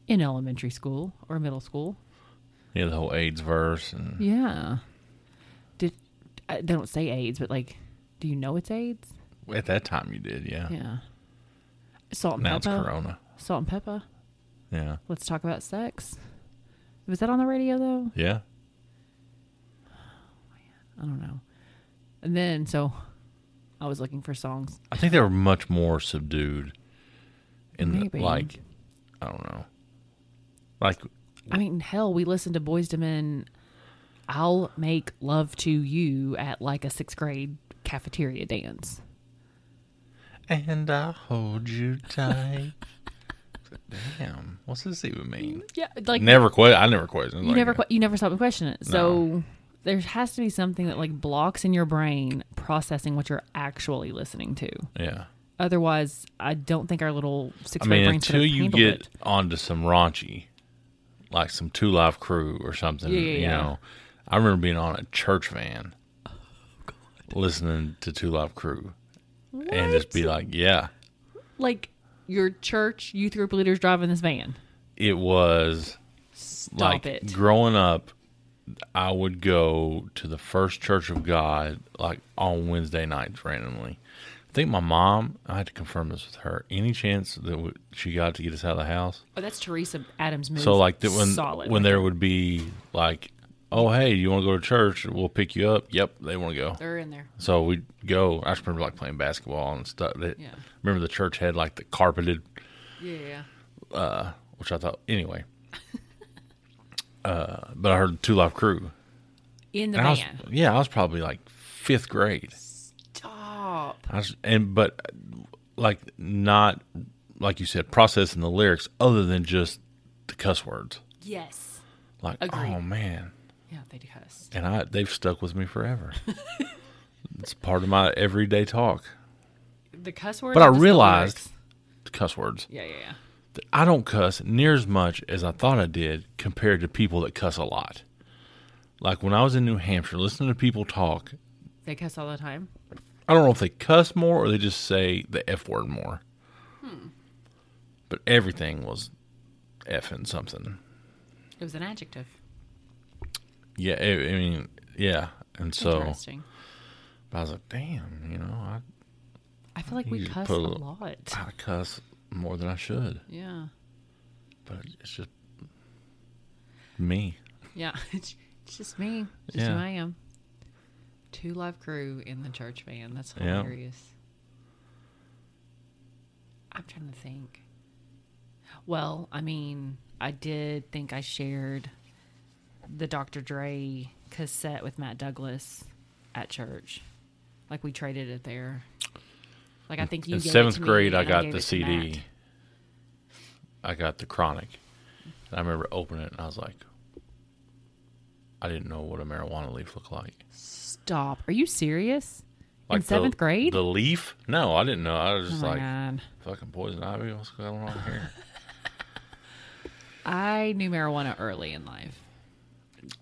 Speaker 4: in elementary school or middle school.
Speaker 3: Yeah, the whole AIDS verse and
Speaker 4: Yeah. Did I, they don't say AIDS, but like, do you know it's AIDS?
Speaker 3: at that time you did, yeah.
Speaker 4: Yeah. Salt and
Speaker 3: Now it's
Speaker 4: pepper.
Speaker 3: Corona.
Speaker 4: Salt and pepper.
Speaker 3: Yeah.
Speaker 4: Let's talk about sex. Was that on the radio though?
Speaker 3: Yeah.
Speaker 4: I don't know. And then so, I was looking for songs.
Speaker 3: I think they were much more subdued in the
Speaker 4: Maybe.
Speaker 3: like I don't know. Like
Speaker 4: I mean, hell, we listened to Boys to Men. I'll make love to you at like a sixth grade cafeteria dance.
Speaker 3: and I hold you tight. Damn, what's this even mean?
Speaker 4: Yeah, like
Speaker 3: Never quit. I never quit.
Speaker 4: you never que- you never stop to question it. So there has to be something that like blocks in your brain processing what you're actually listening to.
Speaker 3: Yeah.
Speaker 4: Otherwise, I don't think our little six
Speaker 3: I
Speaker 4: brain
Speaker 3: mean,
Speaker 4: brains could
Speaker 3: until
Speaker 4: have
Speaker 3: you
Speaker 4: handled
Speaker 3: get
Speaker 4: it.
Speaker 3: onto some raunchy, like some Two Live Crew or something,
Speaker 4: Yeah, yeah,
Speaker 3: you
Speaker 4: yeah.
Speaker 3: know. I remember being on a church van listening to Two Live Crew and just be like, yeah,
Speaker 4: Like your church youth group leaders driving this van.
Speaker 3: it was
Speaker 4: Stop
Speaker 3: like
Speaker 4: it.
Speaker 3: growing up. I would go to the First Church of God like on Wednesday nights randomly. I think my mom. I had to confirm this with her. Any chance that w- she got to get us out of the house?
Speaker 4: Oh, that's Teresa Adams' move.
Speaker 3: So like that when
Speaker 4: solid.
Speaker 3: when there would be like, oh hey, you want to go to church? We'll pick you up. Yep, they want to go.
Speaker 4: they're in there.
Speaker 3: So we'd go. I just remember like playing basketball and stuff. That
Speaker 4: Yeah.
Speaker 3: remember the church had like the carpeted,
Speaker 4: Yeah, yeah.
Speaker 3: which I thought anyway. uh, but I heard Two Life Crew.
Speaker 4: In the
Speaker 3: And I was,
Speaker 4: van.
Speaker 3: yeah, I was probably like fifth grade.
Speaker 4: Stop.
Speaker 3: I was, and but like not like you said processing the lyrics other than just the cuss words.
Speaker 4: Yes.
Speaker 3: Like
Speaker 4: Agreed.
Speaker 3: oh man,
Speaker 4: Yeah, they do cuss.
Speaker 3: and I they've stuck with me forever. it's part of my everyday talk.
Speaker 4: The cuss words.
Speaker 3: But I
Speaker 4: are just the
Speaker 3: realized
Speaker 4: lyrics.
Speaker 3: cuss words.
Speaker 4: Yeah, yeah, yeah.
Speaker 3: that I don't cuss near as much as I thought I did compared to people that cuss a lot. Like when I was in New Hampshire, listening to people talk,
Speaker 4: They cuss all the time.
Speaker 3: I don't know if they cuss more or they just say the F word more. But everything was F and something.
Speaker 4: It was an adjective.
Speaker 3: Yeah, I, I mean, yeah. And so
Speaker 4: Interesting.
Speaker 3: I was like, damn, you know, I,
Speaker 4: I feel like
Speaker 3: You Ah.
Speaker 4: we
Speaker 3: just
Speaker 4: cuss a
Speaker 3: put a little-
Speaker 4: lot.
Speaker 3: I cuss more than I should.
Speaker 4: Yeah.
Speaker 3: But it's just me.
Speaker 4: Yeah. It's it's just me. Just
Speaker 3: Yeah.
Speaker 4: who I am. Two live crew in the church van. That's
Speaker 3: Yeah.
Speaker 4: hilarious. I'm trying to think. Well, I mean, I did think I shared the Dr. Dre cassette with Matt Douglas at church. Like we traded it there. Like I think you
Speaker 3: in
Speaker 4: gave it
Speaker 3: seventh
Speaker 4: to me,
Speaker 3: grade, I
Speaker 4: and
Speaker 3: got
Speaker 4: gave
Speaker 3: the
Speaker 4: it to Matt.
Speaker 3: CD. I got the Chronic. And I remember opening it, and I was like, I didn't know what a marijuana leaf looked like.
Speaker 4: Stop. Are you serious?
Speaker 3: like
Speaker 4: in seventh
Speaker 3: the,
Speaker 4: grade?
Speaker 3: the leaf? No, I didn't know. I was
Speaker 4: oh
Speaker 3: just
Speaker 4: my
Speaker 3: like,
Speaker 4: God.
Speaker 3: fucking poison ivy. What's going on here?
Speaker 4: I knew marijuana early in life.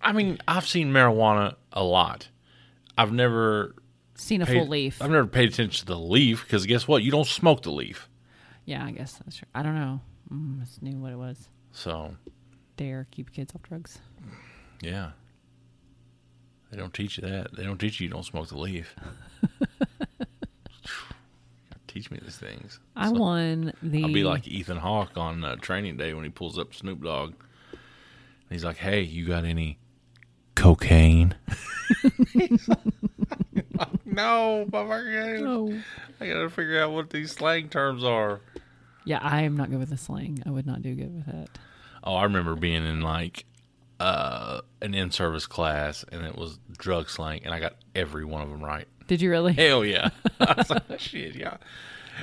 Speaker 3: I mean, I've seen marijuana a lot. I've never
Speaker 4: Seen a
Speaker 3: paid,
Speaker 4: full leaf.
Speaker 3: I've never paid attention to the leaf because guess what? You don't smoke the leaf.
Speaker 4: Yeah, I guess that's true. I don't know. Mm, I just knew what it was.
Speaker 3: So
Speaker 4: Dare keep kids off drugs.
Speaker 3: Yeah. They don't teach you that. They don't teach you you don't smoke the leaf. teach me these things.
Speaker 4: I
Speaker 3: So,
Speaker 4: won the.
Speaker 3: I'll be like Ethan Hawke on uh, training day when he pulls up Snoop Dogg. And he's like, hey, you got any cocaine? He's like, no, motherfucker.
Speaker 4: Oh.
Speaker 3: I got to figure out what these slang terms are.
Speaker 4: Yeah, I am not good with the slang. I would not do good with that.
Speaker 3: Oh, I remember being in like uh, an in service class and it was drug slang, and I got every one of them right.
Speaker 4: Did you really?
Speaker 3: Hell yeah. I was like, shit, yeah.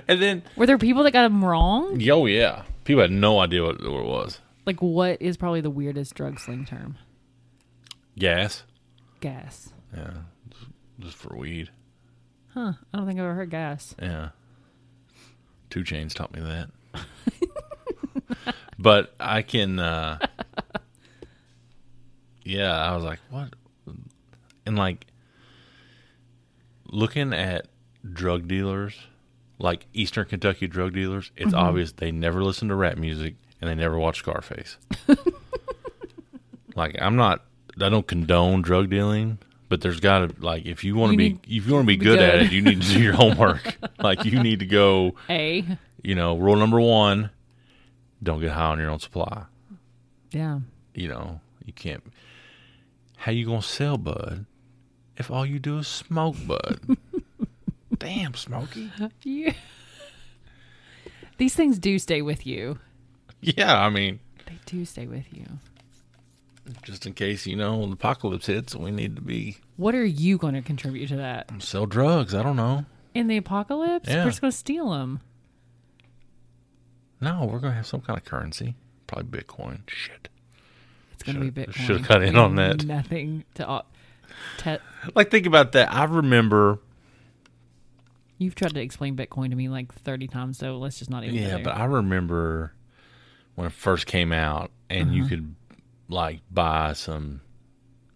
Speaker 3: And then,
Speaker 4: Were there people that got them wrong?
Speaker 3: yo, Oh, yeah. People had no idea what, what it was.
Speaker 4: Like, what is probably the weirdest drug slang term?
Speaker 3: Gas.
Speaker 4: Gas.
Speaker 3: Yeah. Just for weed.
Speaker 4: Huh. I don't think I've ever heard gas.
Speaker 3: Yeah. Two Chains taught me that. but I can, uh, yeah, I was like, what? And like, looking at drug dealers, like Eastern Kentucky drug dealers, it's obvious they never listen to rap music and they never watch Scarface. like, I'm not, I don't condone drug dealing. But there's got to like if you want to be
Speaker 4: You need
Speaker 3: if you want to be good, at
Speaker 4: good.
Speaker 3: it, you need to do your homework. like you need to go,
Speaker 4: A.
Speaker 3: you know, rule number one, don't get high on your own supply.
Speaker 4: Yeah.
Speaker 3: You know, you can't how you gonna sell bud if all you do is smoke bud. Damn, Smokey.
Speaker 4: You. These things do stay with you.
Speaker 3: Yeah, I mean,
Speaker 4: They do stay with you.
Speaker 3: just in case, you know, when the apocalypse hits, we need to be
Speaker 4: What are you going to contribute to that?
Speaker 3: sell drugs. I don't know.
Speaker 4: In the apocalypse,
Speaker 3: Yeah.
Speaker 4: we're just going to steal them.
Speaker 3: No, we're gonna have some kind of currency. Probably Bitcoin. Shit.
Speaker 4: It's going to be
Speaker 3: Shoulda-
Speaker 4: Bitcoin.
Speaker 3: shoulda cut
Speaker 4: We
Speaker 3: in on
Speaker 4: have
Speaker 3: that.
Speaker 4: Nothing to. Op- te-
Speaker 3: Like think about that. I remember
Speaker 4: You've tried to explain Bitcoin to me like 30 times, so let's just not even.
Speaker 3: Yeah,
Speaker 4: go
Speaker 3: but
Speaker 4: there.
Speaker 3: I remember when it first came out,
Speaker 4: Uh-huh.
Speaker 3: and you could like buy some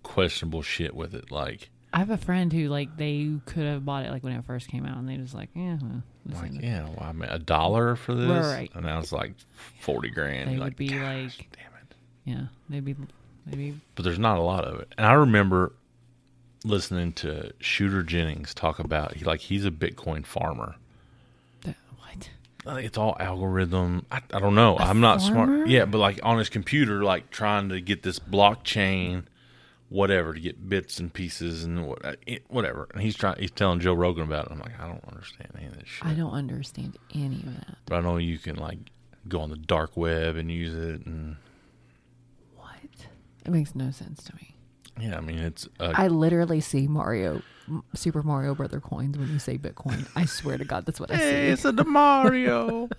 Speaker 3: questionable shit with it, like
Speaker 4: I have a friend who like they could have bought it like when it first came out, and they just like, yeah, well, this
Speaker 3: Like,
Speaker 4: ain't-
Speaker 3: yeah, well, I mean, a dollar for this,
Speaker 4: Right.
Speaker 3: and now it's like forty grand.
Speaker 4: They
Speaker 3: You're
Speaker 4: would
Speaker 3: like,
Speaker 4: be
Speaker 3: "Gosh,
Speaker 4: like-
Speaker 3: damn it!
Speaker 4: yeah, they'd be, they'd be
Speaker 3: But there's not a lot of it. And I remember listening to Shooter Jennings talk about he like he's a Bitcoin farmer.
Speaker 4: the- what?
Speaker 3: I think it's all algorithm. I, I don't know. i I'm not
Speaker 4: farmer?
Speaker 3: smart. Yeah, but like on his computer, like trying to get this blockchain, whatever, to get bits and pieces and what, uh, it- whatever. And he's trying. He's telling Joe Rogan about it. I'm like, I don't understand any of this shit.
Speaker 4: I don't understand any of that.
Speaker 3: but I know you can like go on the dark web and use it. And
Speaker 4: What? It makes no sense to me.
Speaker 3: yeah, I mean, it's uh,
Speaker 5: I literally see Mario, M- Super Mario Brother coins when you say Bitcoin. I swear to God, that's what I see.
Speaker 3: a Demario.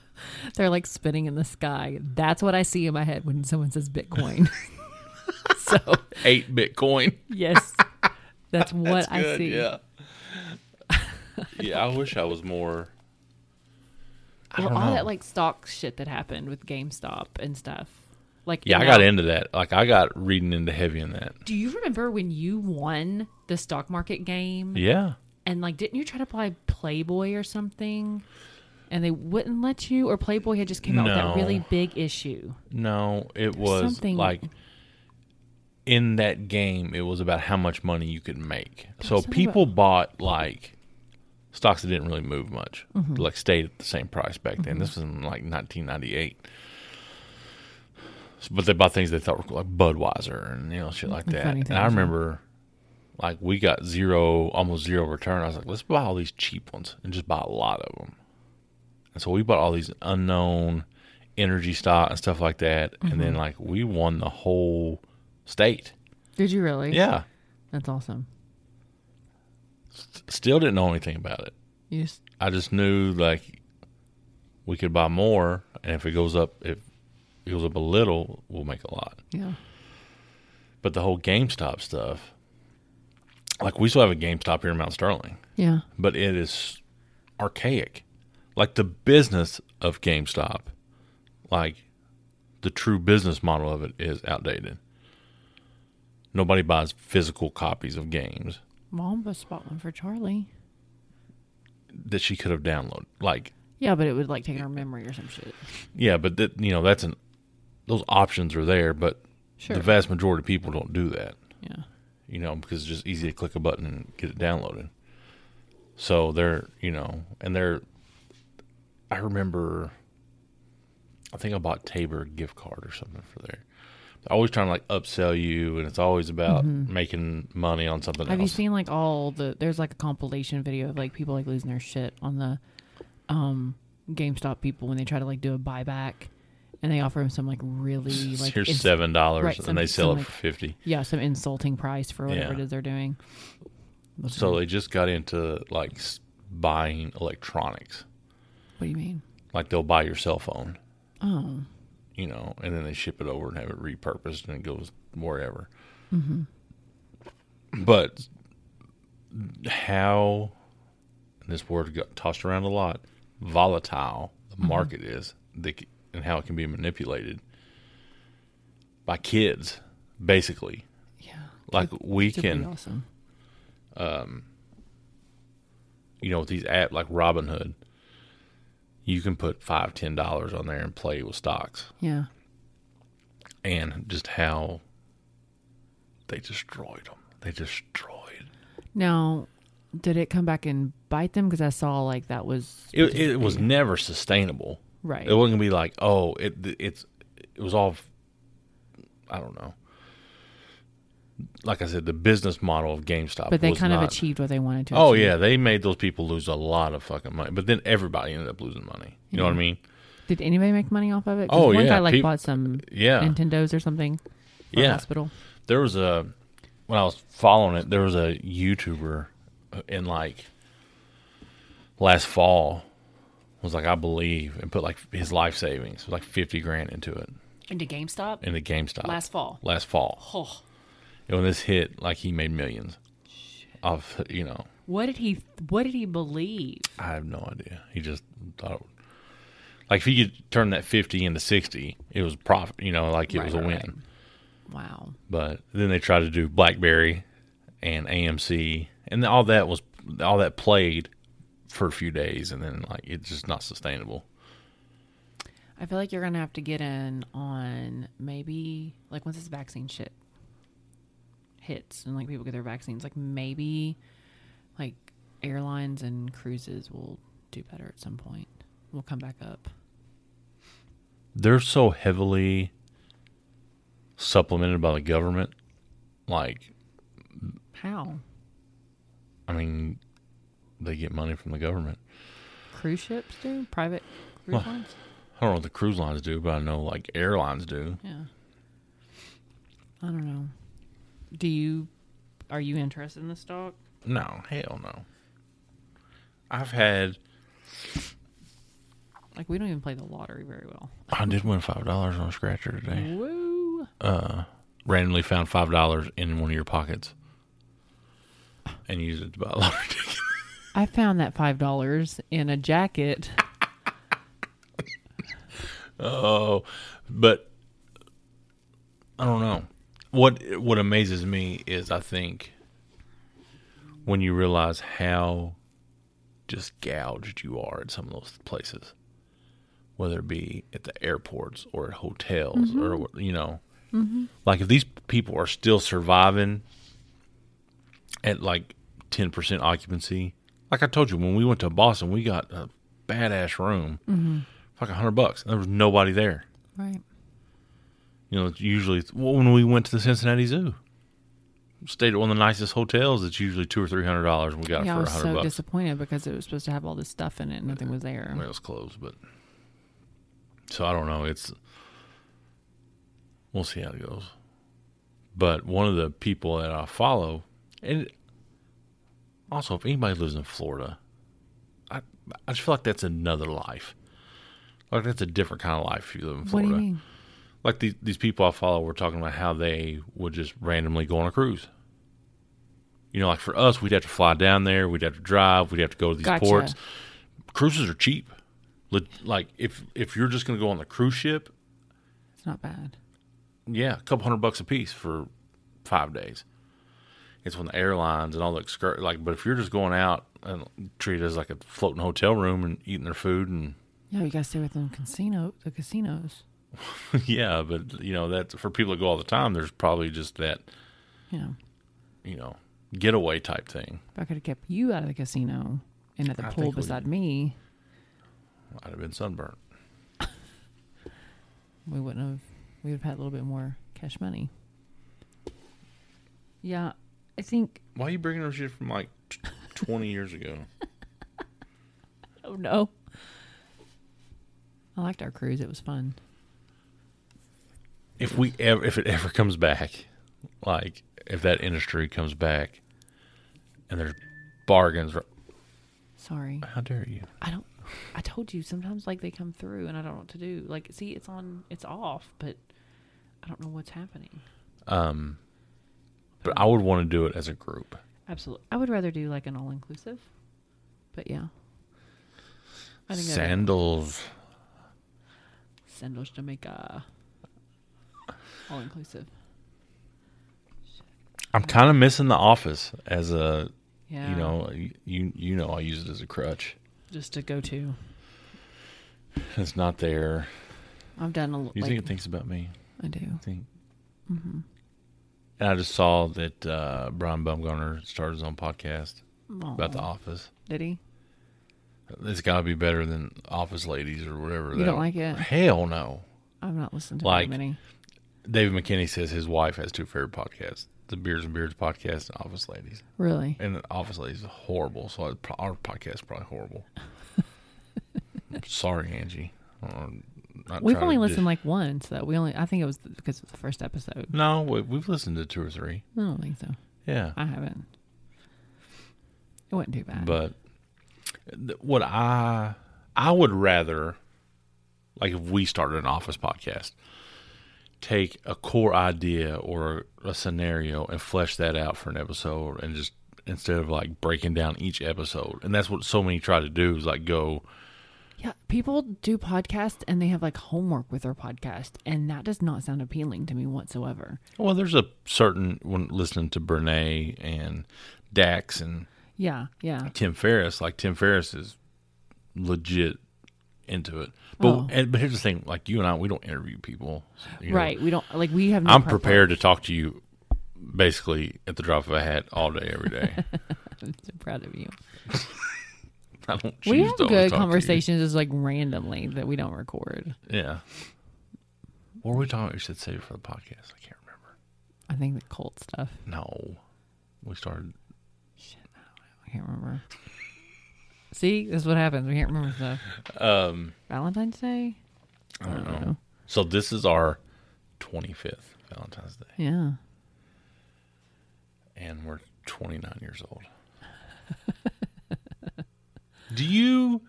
Speaker 5: They're like spinning in the sky. That's what I see in my head when someone says Bitcoin. so
Speaker 3: Eight Bitcoin.
Speaker 4: Yes, that's what I
Speaker 3: Good,
Speaker 4: see.
Speaker 3: Yeah. yeah, I wish I was more. I
Speaker 4: Well,
Speaker 3: don't
Speaker 4: all
Speaker 3: know.
Speaker 4: that like stock shit that happened with GameStop and stuff. Like
Speaker 3: Yeah, I
Speaker 4: and
Speaker 3: got
Speaker 4: now-
Speaker 3: into that. Like I got reading into heavy in that.
Speaker 4: Do you remember when you won the stock market game?
Speaker 3: Yeah.
Speaker 4: And like, didn't you try to buy Playboy or something? And they wouldn't let you, or Playboy had just came out with that
Speaker 3: No.
Speaker 4: really big issue.
Speaker 3: No, it was
Speaker 4: something-
Speaker 3: like in that game it was about how much money you could make. So
Speaker 4: something
Speaker 3: people bought like stocks that didn't really move much.
Speaker 5: Mm-hmm.
Speaker 3: Like stayed at the same price back then. This was in like 1998. So- But they bought things they thought were cool, like Budweiser and you know shit like that.
Speaker 5: funny
Speaker 3: And I
Speaker 5: things, yeah.
Speaker 3: remember like we got zero, almost zero return. I was like, let's buy all these cheap ones and just buy a lot of them. And so we bought all these unknown energy stock and stuff like that. And
Speaker 5: Mm-hmm.
Speaker 3: then like we won the whole state.
Speaker 5: did you really?
Speaker 3: Yeah.
Speaker 5: that's awesome.
Speaker 3: Still didn't know anything about it.
Speaker 5: You just
Speaker 3: I just knew like we could buy more and if it goes up if it goes up a little, we'll make a lot.
Speaker 5: yeah.
Speaker 3: But the whole GameStop stuff like we still have a GameStop here in Mount Sterling.
Speaker 5: Yeah.
Speaker 3: but it is archaic. Like the business of GameStop, like the true business model of it is outdated. Nobody buys physical copies of games
Speaker 4: Mom was bought one for Charlie.
Speaker 3: that she could have downloaded. Like,
Speaker 4: Yeah, but it would like take her memory or some shit.
Speaker 3: yeah, but that you know that's an those options are there, but
Speaker 4: Sure.
Speaker 3: the vast majority of people don't do that.
Speaker 4: Yeah.
Speaker 3: you know, because it's just easy to click a button and get it downloaded. So they're, you know, and they're, I remember, I think I bought Tabor a gift card or something for there. They're always trying to like upsell you, and it's always about making money on something
Speaker 4: Mm-hmm. Have you
Speaker 3: else.
Speaker 4: seen like all the? There's like a compilation video of like people like losing their shit on the, um, GameStop people when they try to like do a buyback, and they offer them some like really like
Speaker 3: Here's
Speaker 4: ins-
Speaker 3: seven dollars,
Speaker 4: right,
Speaker 3: and they
Speaker 4: some-
Speaker 3: sell it
Speaker 4: some,
Speaker 3: for
Speaker 4: like-
Speaker 3: fifty.
Speaker 4: yeah some insulting price for whatever
Speaker 3: Yeah.
Speaker 4: it is they're doing.
Speaker 3: So they just got into like s- buying electronics.
Speaker 4: What do you mean?
Speaker 3: Like they'll buy your cell phone,
Speaker 4: Oh,
Speaker 3: you know, and then they ship it over and have it repurposed and it goes wherever.
Speaker 4: Mm-hmm.
Speaker 3: But how and this word got tossed around a lot volatile the
Speaker 4: Mm-hmm.
Speaker 3: market is the, and how it can be manipulated by kids, basically.
Speaker 4: yeah,
Speaker 3: Like we
Speaker 4: it's pretty
Speaker 3: can,
Speaker 4: awesome.
Speaker 3: you know, with these app like Robinhood, you can put five, ten dollars on there and play with stocks.
Speaker 4: Yeah,
Speaker 3: and just how they destroyed them. They destroyed.
Speaker 4: Now, did it come back and bite them? Because I saw like that was
Speaker 3: It, it was never sustainable.
Speaker 4: Right.
Speaker 3: It wasn't gonna be like, oh, it it's it was all. I don't know. Like I said, the business model of GameStop,
Speaker 4: but they
Speaker 3: was
Speaker 4: kind of
Speaker 3: not-
Speaker 4: achieved what they wanted to.
Speaker 3: Oh
Speaker 4: achieve.
Speaker 3: yeah, they made those people lose a lot of fucking money. But then everybody ended up losing money. You know what I mean?
Speaker 4: Did anybody make money off of it? 'Cause
Speaker 3: Oh, yeah,
Speaker 4: one guy like
Speaker 3: peop-
Speaker 4: bought some
Speaker 3: Yeah.
Speaker 4: Nintendos or something. For
Speaker 3: Yeah.
Speaker 4: a hospital.
Speaker 3: there was a when I was following it, there was a YouTuber uh, in like last fall was like I believe and put like his life savings like fifty grand into it
Speaker 4: Into GameStop.
Speaker 3: in the GameStop
Speaker 4: Last fall?
Speaker 3: Last fall,
Speaker 4: oh,
Speaker 3: and when this hit, like he made millions of you know
Speaker 4: what did he? What did he believe?
Speaker 3: I have no idea. He just thought it would, like if he could turn that fifty into sixty, it was profit. You know, like it was a win.
Speaker 4: Wow.
Speaker 3: But then they tried to do BlackBerry, and AMC and all that was all that played for a few days and then like it's just not sustainable.
Speaker 4: I feel like you're gonna have to get in on maybe like once this vaccine shit hits and like people get their vaccines, like maybe like airlines and cruises will do better at some point. We'll come back up.
Speaker 3: They're so heavily supplemented by the government like
Speaker 4: How?
Speaker 3: I mean they get money from the government.
Speaker 4: Cruise ships do? Private cruise lines?
Speaker 3: I don't know what the cruise lines do, but I know like airlines do.
Speaker 4: Yeah. I don't know. Do you are you interested in this dog?
Speaker 3: No, hell no. I've had
Speaker 4: Like we don't even play the lottery very well.
Speaker 3: I did win five dollars on a scratcher today.
Speaker 4: Woo.
Speaker 3: Randomly found five dollars in one of your pockets and used it to buy a lottery ticket.
Speaker 4: I found that five dollars in a jacket.
Speaker 3: Oh, but I don't know. What what amazes me is I think when you realize how just gouged you are at some of those places, whether it be at the airports or at hotels or you know, like if these people are still surviving at like ten percent occupancy, like I told you when we went to Boston, we got a badass room, for like a hundred bucks, and there was nobody there.
Speaker 4: Right.
Speaker 3: You know, it's usually well, when we went to the Cincinnati Zoo, stayed at one of the nicest hotels. It's usually two or three hundred dollars. We got
Speaker 4: Yeah,
Speaker 3: it Uh, for a
Speaker 4: I was so
Speaker 3: hundred bucks.
Speaker 4: disappointed because it was supposed to have all this stuff in it and nothing was there.
Speaker 3: Well, it was closed, but so I don't know. It's we'll see how it goes. But one of the people that I follow, and also if anybody lives in Florida, I I just feel like that's another life. Like that's a different kind of life if you live in
Speaker 4: What do
Speaker 3: Florida.
Speaker 4: you mean?
Speaker 3: like these these people I follow were talking about how they would just randomly go on a cruise. You know, like for us, we'd have to fly down there, we'd have to drive, we'd have to go to these
Speaker 4: Gotcha.
Speaker 3: ports. Cruises are cheap. Le- Like if if you're just going to go on the cruise ship,
Speaker 4: It's not bad.
Speaker 3: yeah, a couple hundred bucks a piece for five days. It's when the airlines and all the excur- like, but if you're just going out and treat it as like a floating hotel room and eating their food and
Speaker 4: Yeah, you gotta stay with them casino the casinos.
Speaker 3: yeah, but you know that's for people that go all the time. There's probably just that
Speaker 4: Yeah.
Speaker 3: you know getaway type thing.
Speaker 4: If I could have kept you out of the casino and at the
Speaker 3: I
Speaker 4: pool
Speaker 3: think we-
Speaker 4: beside me,
Speaker 3: I'd have been sunburnt.
Speaker 4: we wouldn't have we would have had a little bit more cash money. Yeah. I think
Speaker 3: Why are you bringing up shit from like t- 20 years ago?
Speaker 4: oh no. I liked our cruise, it was fun.
Speaker 3: If we ever, if it ever comes back, like if that industry comes back, and there's bargains, r-
Speaker 4: Sorry.
Speaker 3: how dare you?
Speaker 4: I don't. I told you sometimes like they come through and I don't know what to do. Like, see, it's on, it's off, but I don't know what's happening.
Speaker 3: But I would want to do it as a group.
Speaker 4: Absolutely, I would rather do like an all inclusive. But yeah, I think Sand-
Speaker 3: Sandals.
Speaker 4: Sandals uh, Jamaica, all inclusive.
Speaker 3: I'm kind of missing the office as a,
Speaker 4: Yeah,
Speaker 3: you know, you you know, I use it as a crutch.
Speaker 4: just to go to.
Speaker 3: It's not there.
Speaker 4: I've done a l-
Speaker 3: You
Speaker 4: like, Mm-hmm.
Speaker 3: think it thinks about me?
Speaker 4: I do.
Speaker 3: I think. And I just saw that uh, Brian Bumgarner started his own podcast about the
Speaker 4: Aw,
Speaker 3: office.
Speaker 4: did he?
Speaker 3: It's got to be better than Office Ladies or whatever.
Speaker 4: You don't like it?
Speaker 3: Hell no.
Speaker 4: I've not listened to
Speaker 3: Like-
Speaker 4: very many.
Speaker 3: David McKinney says his wife has two favorite podcasts: the Beards and Beards podcast and Office Ladies.
Speaker 4: Really?
Speaker 3: And the Office Ladies is horrible, so I'd pro- our podcast is probably horrible. I'm Sorry, Angie. I'm not
Speaker 4: We've
Speaker 3: trying
Speaker 4: only
Speaker 3: to
Speaker 4: listened
Speaker 3: dish-
Speaker 4: like once though. We only I think it was because of the first episode.
Speaker 3: no, we, we've listened to two or three.
Speaker 4: I don't think so.
Speaker 3: Yeah,
Speaker 4: I haven't. It wasn't too bad.
Speaker 3: but th- what I I would rather like if we started an office podcast take a core idea or a scenario and flesh that out for an episode and just instead of like breaking down each episode and that's what so many try to do is like go
Speaker 6: Yeah, people do podcasts and they have like homework with their podcast, and that does not sound appealing to me whatsoever.
Speaker 3: Well, there's a certain when listening to Brene and Dax and
Speaker 6: Yeah, yeah.
Speaker 3: Tim Ferriss, like Tim Ferriss is legit into it. But
Speaker 6: Oh.
Speaker 3: and, but here's the thing, like you and I, we don't interview people, you know.
Speaker 6: Right. We don't like we have. No
Speaker 3: I'm
Speaker 6: prep work.
Speaker 3: prepared to talk to you basically at the drop of a hat all day, every day.
Speaker 4: I'm so proud of you.
Speaker 3: I don't choose
Speaker 4: We have
Speaker 3: to always
Speaker 4: good
Speaker 3: talk to you.
Speaker 4: conversations just like randomly that we don't record.
Speaker 3: Yeah. What were we talking about? You said save it for the podcast. I can't remember.
Speaker 4: I think the cult stuff.
Speaker 3: No. We started.
Speaker 4: I can't remember. See, that's what happens. We can't remember stuff.
Speaker 3: Um,
Speaker 4: Valentine's Day.
Speaker 3: I don't, know. So this is our 25th Valentine's Day,
Speaker 4: Yeah.
Speaker 3: and we're 29 years old. Do you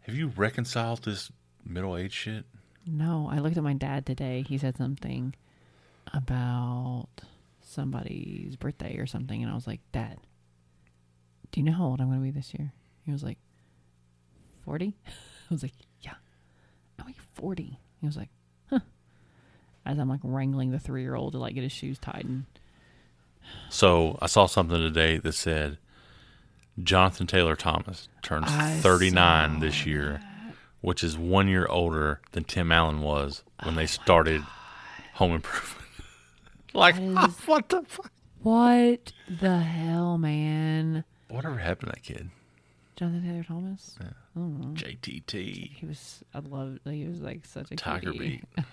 Speaker 3: have you reconciled this middle age shit?
Speaker 6: No, I looked at my dad today. He said something about
Speaker 4: somebody's birthday or something, and I was like, Dad, do you know how old I'm going to be this year? He was like, 40? I was like, Yeah, I'm like 40. He was like, Huh. As I'm like wrangling the three year old to like get his shoes tied. And
Speaker 3: So I saw something today that said Jonathan Taylor Thomas turns 39 this year, which is one year older than Tim Allen was when they started Home Improvement. like, what the fuck?
Speaker 4: what the hell, man?
Speaker 3: Whatever happened to that kid?
Speaker 4: Jonathan Taylor Thomas?
Speaker 3: JTT.
Speaker 4: He was, I love, he was like such a
Speaker 3: Tiger
Speaker 4: cutie.
Speaker 3: Beat.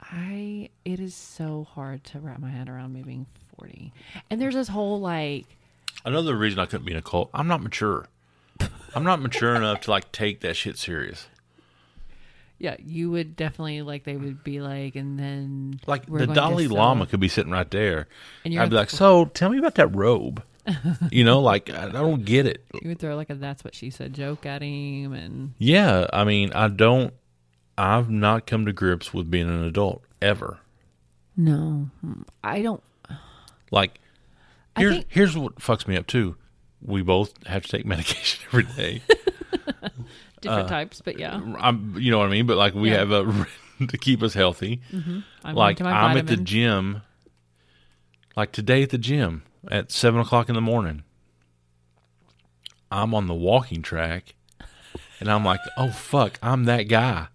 Speaker 4: I it is so hard to wrap my head around me being 40. And there's this whole like
Speaker 3: Another reason I couldn't be in a cult, I'm not mature. I'm not mature enough to like take that shit serious.
Speaker 4: yeah, you would definitely like they would be like and then
Speaker 3: Like
Speaker 4: we're
Speaker 3: the
Speaker 4: going to
Speaker 3: Dalai
Speaker 4: sell-
Speaker 3: Lama could be sitting right there.
Speaker 4: And
Speaker 3: And
Speaker 4: you're
Speaker 3: I'd be like,
Speaker 4: like-
Speaker 3: so tell me about that robe. you know, like I I don't get it.
Speaker 4: you would throw like a that's what she said joke at him and
Speaker 3: Yeah, I mean, I don't. I've not come to grips with being an adult ever.
Speaker 4: no. I don't
Speaker 3: Like, here's
Speaker 4: think-
Speaker 3: here's what fucks me up too. We both have to take medication every day. Uh,
Speaker 4: different types, but yeah.
Speaker 3: I'm, you know what I mean. But like, we have a to keep us healthy.
Speaker 4: I'm
Speaker 3: like,
Speaker 4: into my
Speaker 3: I'm at the
Speaker 4: vitamins.
Speaker 3: gym. Like today at the gym at seven o'clock in the morning. I'm on the walking track, and I'm like, oh fuck, I'm that guy.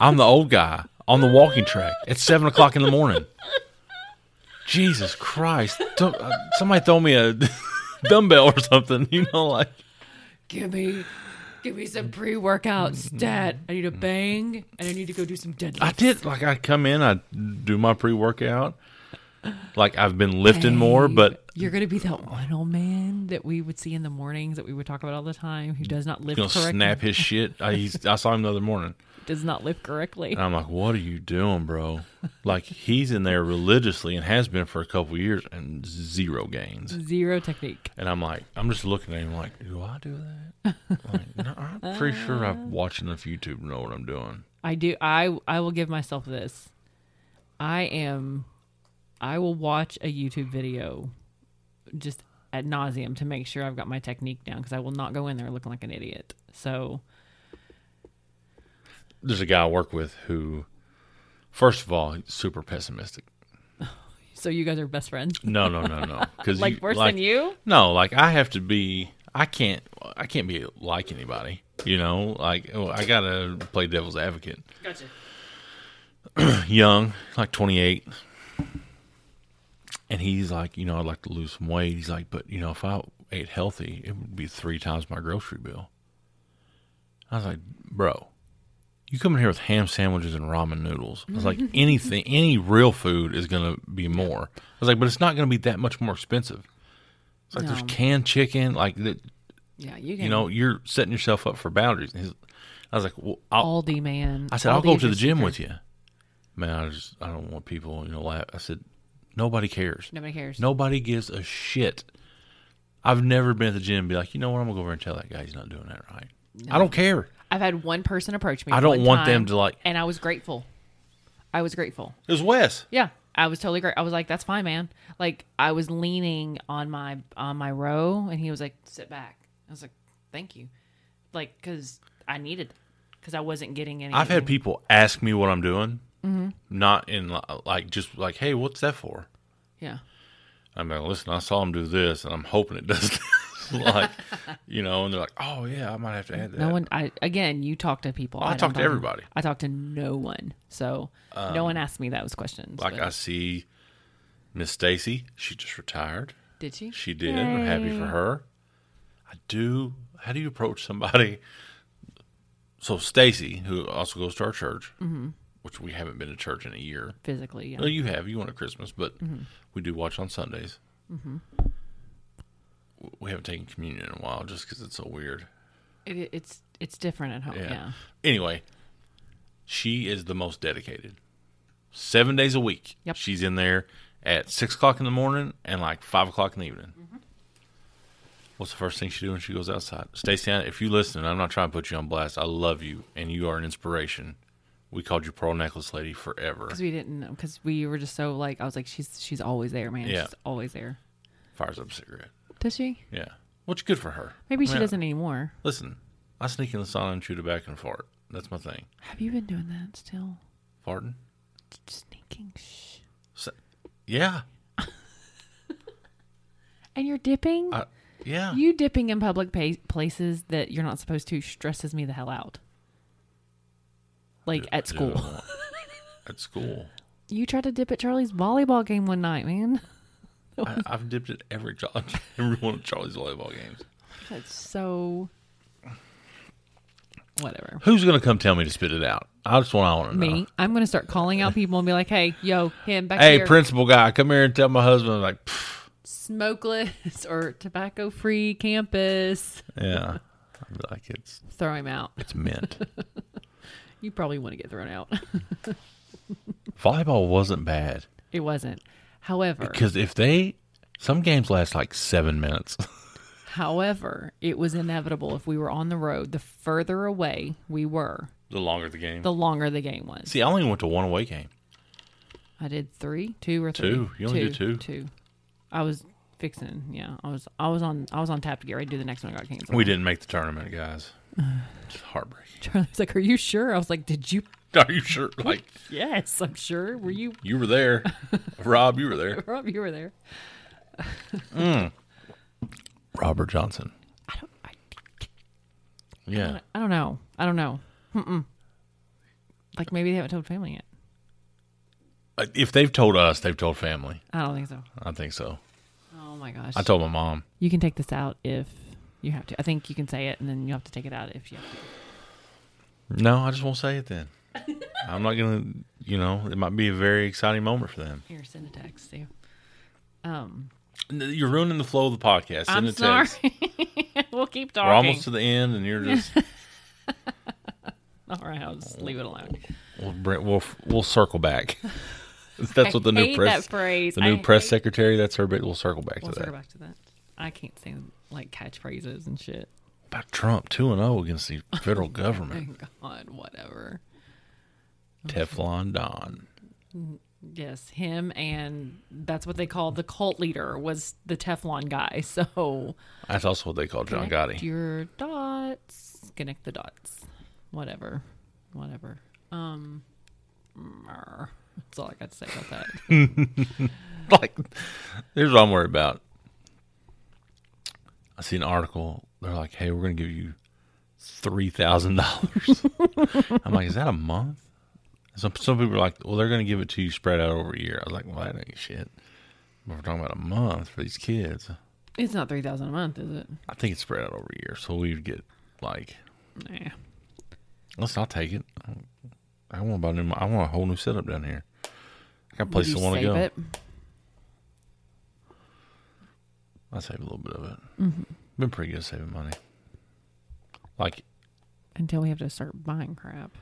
Speaker 3: I'm the old guy on the walking track at seven o'clock in the morning. Jesus Christ! Don't- uh, somebody throw me a dumbbell or something. You know, like
Speaker 4: give me give me some pre-workout stat. I need a bang and I need to go do some deadlifts.
Speaker 3: I did like I come in, I do my pre workout. Like I've been lifting more, but
Speaker 4: You're gonna be that one old man that we would see in the mornings that we would talk about all the time who does not live
Speaker 3: gonna
Speaker 4: correctly.
Speaker 3: snap his shit. I, he's, I saw him the other morning,
Speaker 4: does not live correctly.
Speaker 3: and I'm like, "What are you doing, bro?" Like he's in there religiously and has been for a couple years, and zero gains.
Speaker 4: Zero technique.
Speaker 3: And I'm like, I'm just looking at him like, "Do I do that?" Like, no, I'm pretty sure
Speaker 4: Uh.
Speaker 3: I've watched enough YouTube to know what I'm doing.
Speaker 4: I do. I I will give myself this. I am. I will watch a YouTube video, just at nauseum to make sure I've got my technique down because I will not go in there looking like an idiot. So
Speaker 3: There's a guy I work with who, first of all, he's super pessimistic.
Speaker 4: so you guys are best friends.
Speaker 3: No, no, no, no. Because
Speaker 4: Like worse than you?
Speaker 3: No, like I have to be. I can't. I can't be like anybody. You know, like oh, I gotta play devil's advocate.
Speaker 6: Gotcha.
Speaker 3: Young, like twenty eight, and he's like, you know, I'd like to lose some weight. He's like, but you know, if I ate healthy, it would be three times my grocery bill. I was like, bro. You come in here with ham sandwiches and ramen noodles. I was like, anything, any real food is going to be more. I was like, but it's not going to be that much more expensive. It's like there's canned chicken, like that.
Speaker 4: Yeah, you can.
Speaker 3: You know, you're setting yourself up for boundaries. And he's- I was like, well, I'll,
Speaker 4: Aldi man.
Speaker 3: I said, I'll go
Speaker 4: Aldi's
Speaker 3: to the
Speaker 4: your
Speaker 3: gym
Speaker 4: secret.
Speaker 3: with you. Man, I just, I don't want people, you know, laugh. I said, nobody cares.
Speaker 4: Nobody cares.
Speaker 3: Nobody gives a shit. I've never been at the gym and be like, you know what, I'm going to go over and tell that guy he's not doing that right. I don't care.
Speaker 4: I've had one person approach me.
Speaker 3: I don't
Speaker 4: one
Speaker 3: want them
Speaker 4: time,
Speaker 3: to, like-
Speaker 4: And I was grateful. I was grateful.
Speaker 3: It was Wes.
Speaker 4: Yeah, I was totally great. I was like, "That's fine, man." Like I was leaning on my on my row, and he was like, "Sit back." I was like, "Thank you."
Speaker 7: like because I needed because I wasn't getting any.
Speaker 4: Mm-hmm.
Speaker 3: I've had people ask me what I'm doing, not in li- like just like, hey, what's that for?
Speaker 4: Yeah.
Speaker 3: I'm like, listen, I saw him do this, and I'm hoping it does. this." like, you know, and they're like, oh yeah, I might have to add that.
Speaker 4: No one. I again, you talk to people.
Speaker 3: Oh, I
Speaker 4: don't
Speaker 3: talk to
Speaker 4: talk-
Speaker 3: everybody. Um,
Speaker 4: I talk to no one, so no one asked me those questions.
Speaker 3: like
Speaker 4: but-
Speaker 3: I see Miss Stacy, she just retired.
Speaker 4: did she?
Speaker 3: She did. I'm happy for her. I do. How do you approach somebody? So Stacy, who also goes to our church,
Speaker 4: Mm-hmm.
Speaker 3: which we haven't been to church in a year.
Speaker 4: Physically, yeah.
Speaker 3: No, you have. You went to Christmas, but
Speaker 4: Mm-hmm.
Speaker 3: we do watch on Sundays. W- We haven't taken communion in a while just because it's so weird.
Speaker 4: It, it's it's different at home. Yeah.
Speaker 3: Anyway, she is the most dedicated. Seven days a week.
Speaker 4: Yep.
Speaker 3: She's in there at six o'clock in the morning and like five o'clock in the evening.
Speaker 4: Mm-hmm.
Speaker 3: What's the first thing she do when she goes outside? Stacy, I- if you listen, I'm not trying to put you on blast. I love you, and you are an inspiration. We called you Pearl Necklace Lady forever.
Speaker 4: Because we didn't know. Because we were just so like, I was like, she's she's always there, man.
Speaker 3: Yeah.
Speaker 4: She's always there.
Speaker 3: Fires up a cigarette.
Speaker 4: Does she?
Speaker 3: Yeah, which good for her.
Speaker 4: Maybe she
Speaker 3: Yeah.
Speaker 4: doesn't anymore.
Speaker 3: Listen, I sneak in the sauna and chew tobacco and fart. That's my thing.
Speaker 4: Have you been doing that still?
Speaker 3: Farting?
Speaker 4: Sneaking. Shh.
Speaker 3: S- Yeah.
Speaker 4: And you're dipping.
Speaker 3: I, yeah.
Speaker 4: you dipping in public pa- places that you're not supposed to stresses me the hell out. Like
Speaker 3: Do-
Speaker 4: at
Speaker 3: do
Speaker 4: school.
Speaker 3: what I want. at school.
Speaker 4: You tried to dip at Charlie's volleyball game one night, man.
Speaker 3: I, I've dipped at every, Char- every one of Charlie's volleyball games.
Speaker 4: That's so. Whatever.
Speaker 3: Who's going to come tell me to spit it out? I just want, I want to know.
Speaker 4: Me, I'm gonna start calling out people and be like, "Hey, yo, him back
Speaker 3: Hey,
Speaker 4: here,
Speaker 3: principal guy, come here and tell my husband. I'm like, "Pfft,
Speaker 4: smokeless or tobacco-free campus."
Speaker 3: yeah. I'd be like, it's,
Speaker 4: Throw him out.
Speaker 3: it's mint.
Speaker 4: You probably want to get thrown out.
Speaker 3: volleyball wasn't bad
Speaker 4: it wasn't. However,
Speaker 3: because if they, some games last like seven minutes.
Speaker 4: however, it was inevitable. If we were on the road, the further away we were,
Speaker 3: the longer the game.
Speaker 4: the longer the game was.
Speaker 3: See, I only went to one away game.
Speaker 4: I did three, two or three.
Speaker 3: Two. You only did two.
Speaker 4: Two. I was fixing. Yeah, I was. I was on. I was on tap to get ready to do the next one. I got canceled.
Speaker 3: We didn't make the tournament, guys. It's heartbreaking.
Speaker 4: Charlie's like, "Are you sure?" I was like, "Did you?"
Speaker 3: Are you sure? Like,
Speaker 4: Yes, I'm sure. Were you?
Speaker 3: you were there. Rob, you were there.
Speaker 4: Rob, you were there.
Speaker 3: Robert Johnson.
Speaker 4: I don't. I,
Speaker 3: Yeah.
Speaker 4: I don't know. I don't know. Mm-mm. Like maybe they haven't told family yet.
Speaker 3: Uh, If they've told us, they've told family.
Speaker 4: I don't think so.
Speaker 3: I think so.
Speaker 4: Oh my gosh.
Speaker 3: I told my mom.
Speaker 4: you can take this out if you have to. I think you can say it, and then you have to take it out if you have to.
Speaker 3: No, I just won't say it then. I'm not going to, you know, it might be a very exciting moment for them.
Speaker 4: Here, send a text. Sam.
Speaker 3: N- You're ruining the flow of the podcast. Send
Speaker 4: I'm
Speaker 3: a
Speaker 4: sorry.
Speaker 3: text.
Speaker 4: we'll keep talking.
Speaker 3: We're almost to the end, and you're just.
Speaker 4: All right, I'll just leave it alone.
Speaker 3: We'll, bring, we'll, we'll circle back. That's what the
Speaker 4: I
Speaker 3: new
Speaker 4: hate
Speaker 3: press.
Speaker 4: that phrase.
Speaker 3: The new
Speaker 4: I
Speaker 3: press
Speaker 4: hate-
Speaker 3: secretary. That's her bit. We'll circle back
Speaker 4: We'll
Speaker 3: to that.
Speaker 4: circle back to that. I can't say like catchphrases and shit.
Speaker 3: About Trump two and zero against the federal government.
Speaker 4: God, whatever.
Speaker 3: Teflon Don.
Speaker 4: Yes, him and that's what they called the cult leader was the Teflon guy. So
Speaker 3: That's also what they call John
Speaker 4: connect
Speaker 3: Gotti.
Speaker 4: your dots, connect the dots, whatever, whatever. Um, mer. that's all I got to say about that.
Speaker 3: Like, here's what I'm worried about. I see an article. They're like, "Hey, we're going to give you three thousand dollars." I'm like, "Is that a month?" Some some people are like, "Well, they're going to give it to you spread out over a year." I was like, "Well, that ain't shit." We're talking about a month for these kids.
Speaker 4: it's not three thousand a month, is it?
Speaker 3: I think it's spread out over a year, so we would get like,
Speaker 4: Nah.
Speaker 3: "Listen, I'll take it." I want to buy a new. mi- I want a whole new setup down here. I got a
Speaker 4: Would
Speaker 3: place
Speaker 4: you
Speaker 3: to want to
Speaker 4: save
Speaker 3: go.
Speaker 4: it?
Speaker 3: I save a little bit of it. Mm-hmm. Been pretty good at saving money. Like
Speaker 4: until we have to start buying crap.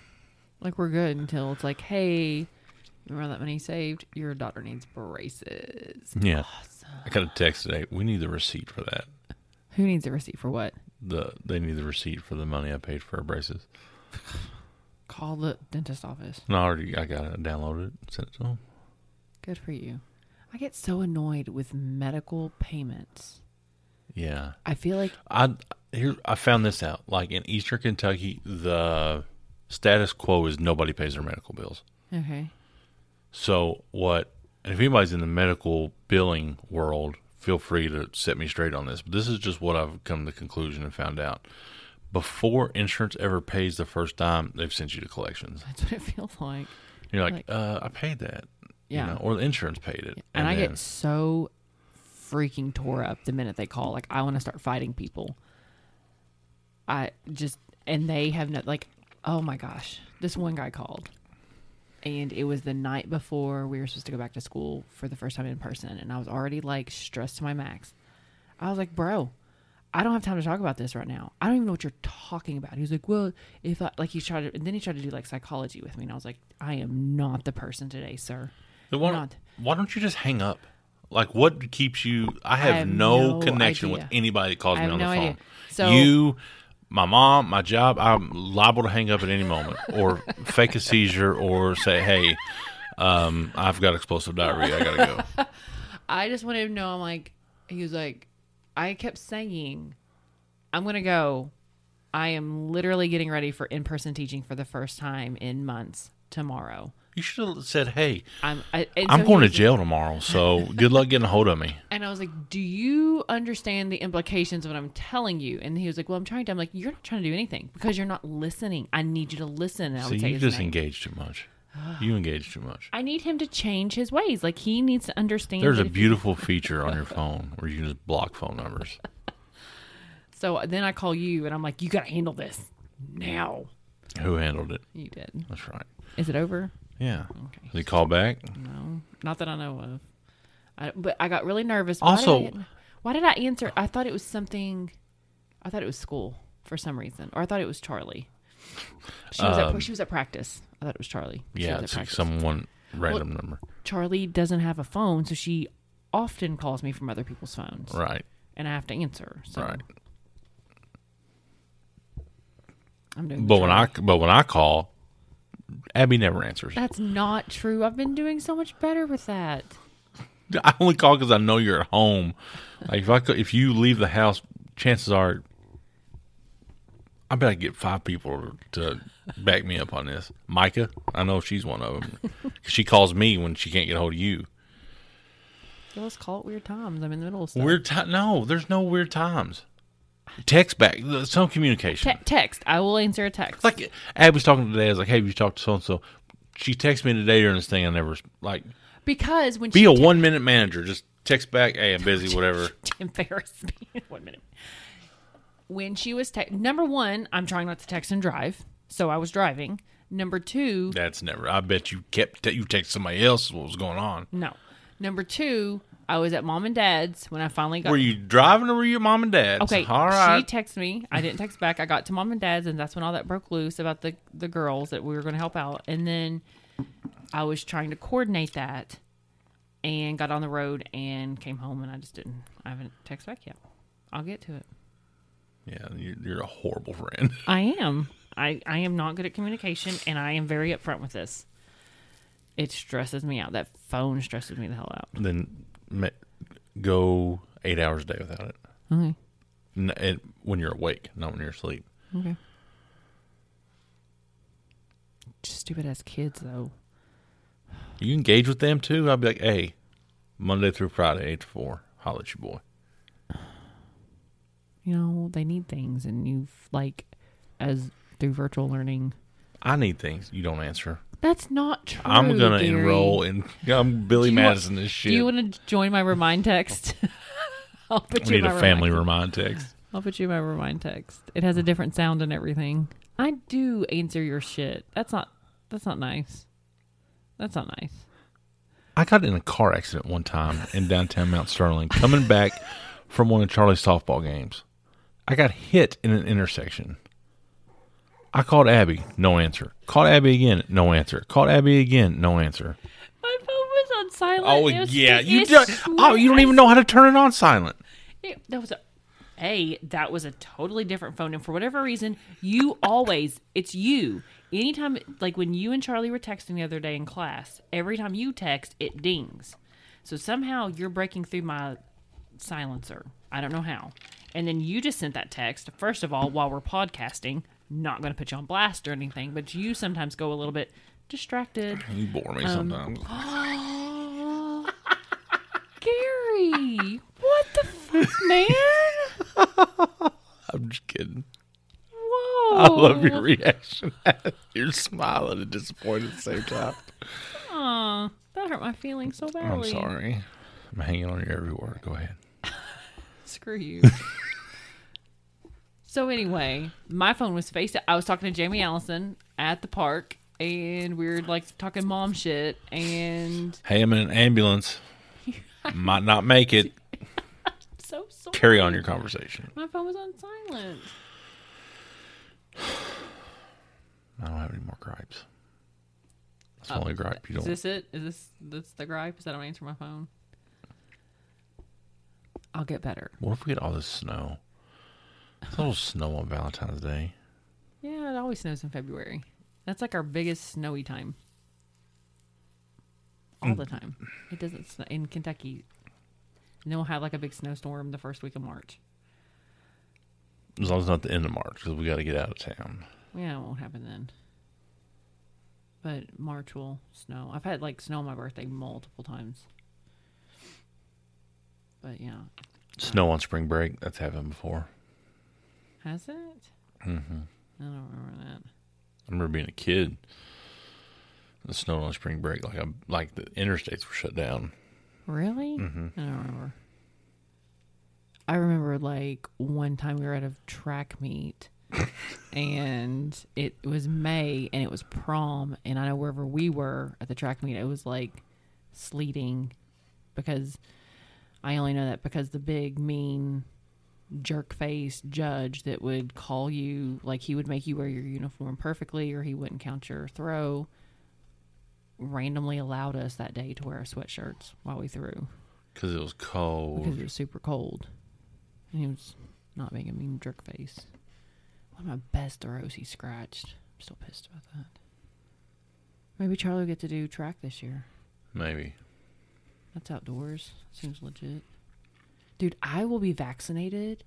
Speaker 4: like we're good until it's like, hey, remember that money you saved? Your daughter needs braces.
Speaker 3: Yeah. I got a text today. We need the receipt for that.
Speaker 4: Who needs a receipt for what?
Speaker 3: The they need the receipt for the money I paid for her braces.
Speaker 4: Call the dentist office.
Speaker 3: And I already I got it. I downloaded it. Sent it to 'em.
Speaker 4: Good for you. I get so annoyed with medical payments
Speaker 3: Yeah.
Speaker 4: I feel like
Speaker 3: I here I found this out. Like in Eastern Kentucky, the status quo is nobody pays their medical bills.
Speaker 4: okay.
Speaker 3: So what? And if anybody's in the medical billing world, feel free to set me straight on this. But this is just what I've come to the conclusion and found out. Before insurance ever pays the first dime, they've sent you to collections.
Speaker 4: That's what it feels like.
Speaker 3: You're like,
Speaker 4: Like-
Speaker 3: uh, I paid that. you
Speaker 4: Yeah.
Speaker 3: know, or the insurance paid it.
Speaker 4: and, I
Speaker 3: then-
Speaker 4: get so freaking tore up the minute they call. Like I want to start fighting people. I just and they have no like. Oh my gosh, this one guy called, and it was the night before we were supposed to go back to school for the first time in person, and I was already like stressed to my max. I was like, bro. I don't have time to talk about this right now. I don't even know what you're talking about. He was like, "Well, if I like," he tried to, and then he tried to do like psychology with me, and I was like, "I am not the person today, sir."
Speaker 3: Then why,
Speaker 4: not.
Speaker 3: why don't you just hang up? Like, what keeps you? I have,
Speaker 4: have
Speaker 3: no,
Speaker 4: no
Speaker 3: connection
Speaker 4: idea.
Speaker 3: with anybody that calls
Speaker 4: I
Speaker 3: me
Speaker 4: have
Speaker 3: on
Speaker 4: no
Speaker 3: the phone.
Speaker 4: idea. So-
Speaker 3: you, my mom, my job, I'm liable to hang up at any moment or fake a seizure or say, hey, um, I've got explosive diarrhea. I got to go.
Speaker 4: I just wanted to know. I'm like, he was like, I kept saying, I'm gonna go. I am literally getting ready for in person teaching for the first time in months tomorrow.
Speaker 3: You should have said, hey,
Speaker 4: I'm I, and
Speaker 3: I'm
Speaker 4: so
Speaker 3: going
Speaker 4: he
Speaker 3: to
Speaker 4: was-
Speaker 3: jail tomorrow. So good luck getting a hold of me.
Speaker 4: And I was like, Do you understand the implications of what I'm telling you? And he was like, Well, I'm trying to. I'm like, You're not trying to do anything because you're not listening. I need you to listen. And I
Speaker 3: So
Speaker 4: would say
Speaker 3: you
Speaker 4: his
Speaker 3: just
Speaker 4: name.
Speaker 3: engage too much. You engage too much.
Speaker 4: I need him to change his ways. Like he needs to understand.
Speaker 3: There's
Speaker 4: that
Speaker 3: a
Speaker 4: if-
Speaker 3: beautiful feature on your phone where you can just block phone numbers.
Speaker 4: so then I call you and I'm like, You got to handle this now.
Speaker 3: Who handled it?
Speaker 4: You did.
Speaker 3: That's right.
Speaker 4: Is it over?
Speaker 3: Yeah. Did he call back?
Speaker 4: No, not that I know of. I, but I got really nervous.
Speaker 3: Also-
Speaker 4: why did, I, why did I answer? I thought it was something. I thought it was school for some reason, or I thought it was Charlie. She was at she was at practice. I thought it was Charlie. She
Speaker 3: Um, yeah,
Speaker 4: was at
Speaker 3: it's like
Speaker 4: practice.
Speaker 3: someone random number.
Speaker 4: Charlie doesn't have a phone, so she often calls me from other people's phones,
Speaker 3: Right.
Speaker 4: and I have to answer. So
Speaker 3: Right.
Speaker 4: I'm doing. the
Speaker 3: But when
Speaker 4: Charlie.
Speaker 3: I but when I call, Abby never answers.
Speaker 4: that's not true. I've been doing so much better with that.
Speaker 3: I only call because I know you're at home. Like if I co- if you leave the house, chances are, I bet I get five people to back me up on this. Micah, I know she's one of them. 'Cause she calls me when she can't get a hold of you.
Speaker 4: Yeah, Let's call it weird times. I'm in the middle of stuff.
Speaker 3: Weird time? No, there's no weird times. Text back. Some communication.
Speaker 4: Te- text. I will answer a text.
Speaker 3: It's like Ab was talking today. I was like, "Hey, have you talked to so and so?" She texted me today during this thing. I never like
Speaker 4: because when
Speaker 3: be
Speaker 4: she
Speaker 3: a
Speaker 4: te-
Speaker 3: one minute manager. Just text back, "Hey, I'm busy, whatever."
Speaker 4: embarrass me. one minute. When she was te- number one, I'm trying not to text and drive, so I was driving. Number two,
Speaker 3: That's never. I bet you kept you text somebody else what was going on.
Speaker 4: no. Number two, I was at mom and dad's when I finally got.
Speaker 3: Were you driving or were you at mom and dad's?
Speaker 4: okay?
Speaker 3: all right.
Speaker 4: She texted me. I didn't text back. I got to mom and dad's, and that's when all that broke loose about the the girls that we were going to help out. And then I was trying to coordinate that, and got on the road and came home, and I just didn't. I haven't text back yet. I'll get to it.
Speaker 3: yeah, you're, you're a horrible friend.
Speaker 4: I am. I, I am not good at communication and I am very upfront with this. It stresses me out. That phone stresses me the hell out.
Speaker 3: then ma- go eight hours a day without it. N- it. When you're awake, not when you're asleep.
Speaker 4: Okay. Just stupid as kids though.
Speaker 3: You engage with them too. I'd be like, hey, Monday through Friday, eight to four. Holla at you, boy.
Speaker 4: You know, they need things and you've like as through virtual learning.
Speaker 3: I need things. You don't answer.
Speaker 4: That's not true.
Speaker 3: I'm gonna
Speaker 4: Gary.
Speaker 3: enroll in. I'm Billy
Speaker 4: Do you wa-
Speaker 3: Madison. this shit.
Speaker 4: Do you want to join my remind text? I'll put
Speaker 3: we
Speaker 4: you in
Speaker 3: need
Speaker 4: my
Speaker 3: a family
Speaker 4: remind.
Speaker 3: remind text.
Speaker 4: I'll put you in my remind text. It has a different sound and everything. I do answer your shit. That's not that's not nice. That's not nice.
Speaker 3: I got in a car accident one time in downtown Mount Sterling, coming back from one of Charlie's softball games. I got hit in an intersection. I called Abby, no answer. Called Abby again, no answer. Called Abby again, no answer.
Speaker 4: My phone was on silent.
Speaker 3: Oh
Speaker 4: It was-
Speaker 3: yeah, you
Speaker 4: it
Speaker 3: don't. Oh,
Speaker 4: swear-
Speaker 3: you don't even know how to turn it on silent.
Speaker 4: It- that was a A, that was a totally different phone and for whatever reason, you always it's you. Anytime like when you and Charlie were texting the other day in class, every time you text, it dings. So somehow you're breaking through my silencer. I don't know how. And then you just sent that text. First of all, while we're podcasting, not going to put you on blast or anything, but you sometimes go a little bit distracted.
Speaker 3: You bore me sometimes.
Speaker 4: Gary, what the fuck, man?
Speaker 3: I'm just kidding.
Speaker 4: Whoa.
Speaker 3: I love
Speaker 4: Oh.
Speaker 3: your reaction. You're smiling and disappointed at the same time.
Speaker 4: Aw, that hurt my feelings so
Speaker 3: I'm
Speaker 4: badly.
Speaker 3: sorry. I'm hanging on your every word. Go ahead.
Speaker 4: Screw you. so anyway, my phone was face. I was talking to Jamie Allison at the park, and we were like talking mom shit, and
Speaker 3: Hey, I'm in an ambulance. Might not make it.
Speaker 4: so sorry.
Speaker 3: Carry on your conversation.
Speaker 4: My phone was on silent.
Speaker 3: I don't have any more gripes. That's the only gripe you
Speaker 4: Oh, Is
Speaker 3: don't.
Speaker 4: this it? Is this this the gripe? Is that I don't answer my phone? I'll get better.
Speaker 3: What if we get all this snow? It's a little snow on Valentine's Day.
Speaker 4: Yeah, it always snows in February. That's like our biggest snowy time. All the time. It doesn't snow in Kentucky. And then we'll have like a big snowstorm the first week of March.
Speaker 3: As long as it's not the end of March, because we got to get out of town.
Speaker 4: Yeah, it won't happen then. But March will snow. I've had like snow on my birthday multiple times. But yeah.
Speaker 3: Snow on spring break. That's happened before.
Speaker 4: Has it? Mm-hmm. I don't remember that.
Speaker 3: I remember being a kid. It snowed on spring break. Like I, like the interstates were shut down.
Speaker 4: Really? I don't remember. I remember like one time we were at a track meet and it was May and it was prom. And I know wherever we were at the track meet, it was like sleeting because I only know that because the big, mean, jerk face judge that would call you, like he would make you wear your uniform perfectly or he wouldn't count your throw randomly allowed us that day to wear our sweatshirts while we threw
Speaker 3: Because it was cold.
Speaker 4: because it was super cold. And he was not being a mean jerk face. One of my best throws he scratched. I'm still pissed about that. Maybe Charlie will get to do track this year.
Speaker 3: Maybe.
Speaker 4: That's outdoors. Seems legit. Dude, I will be vaccinated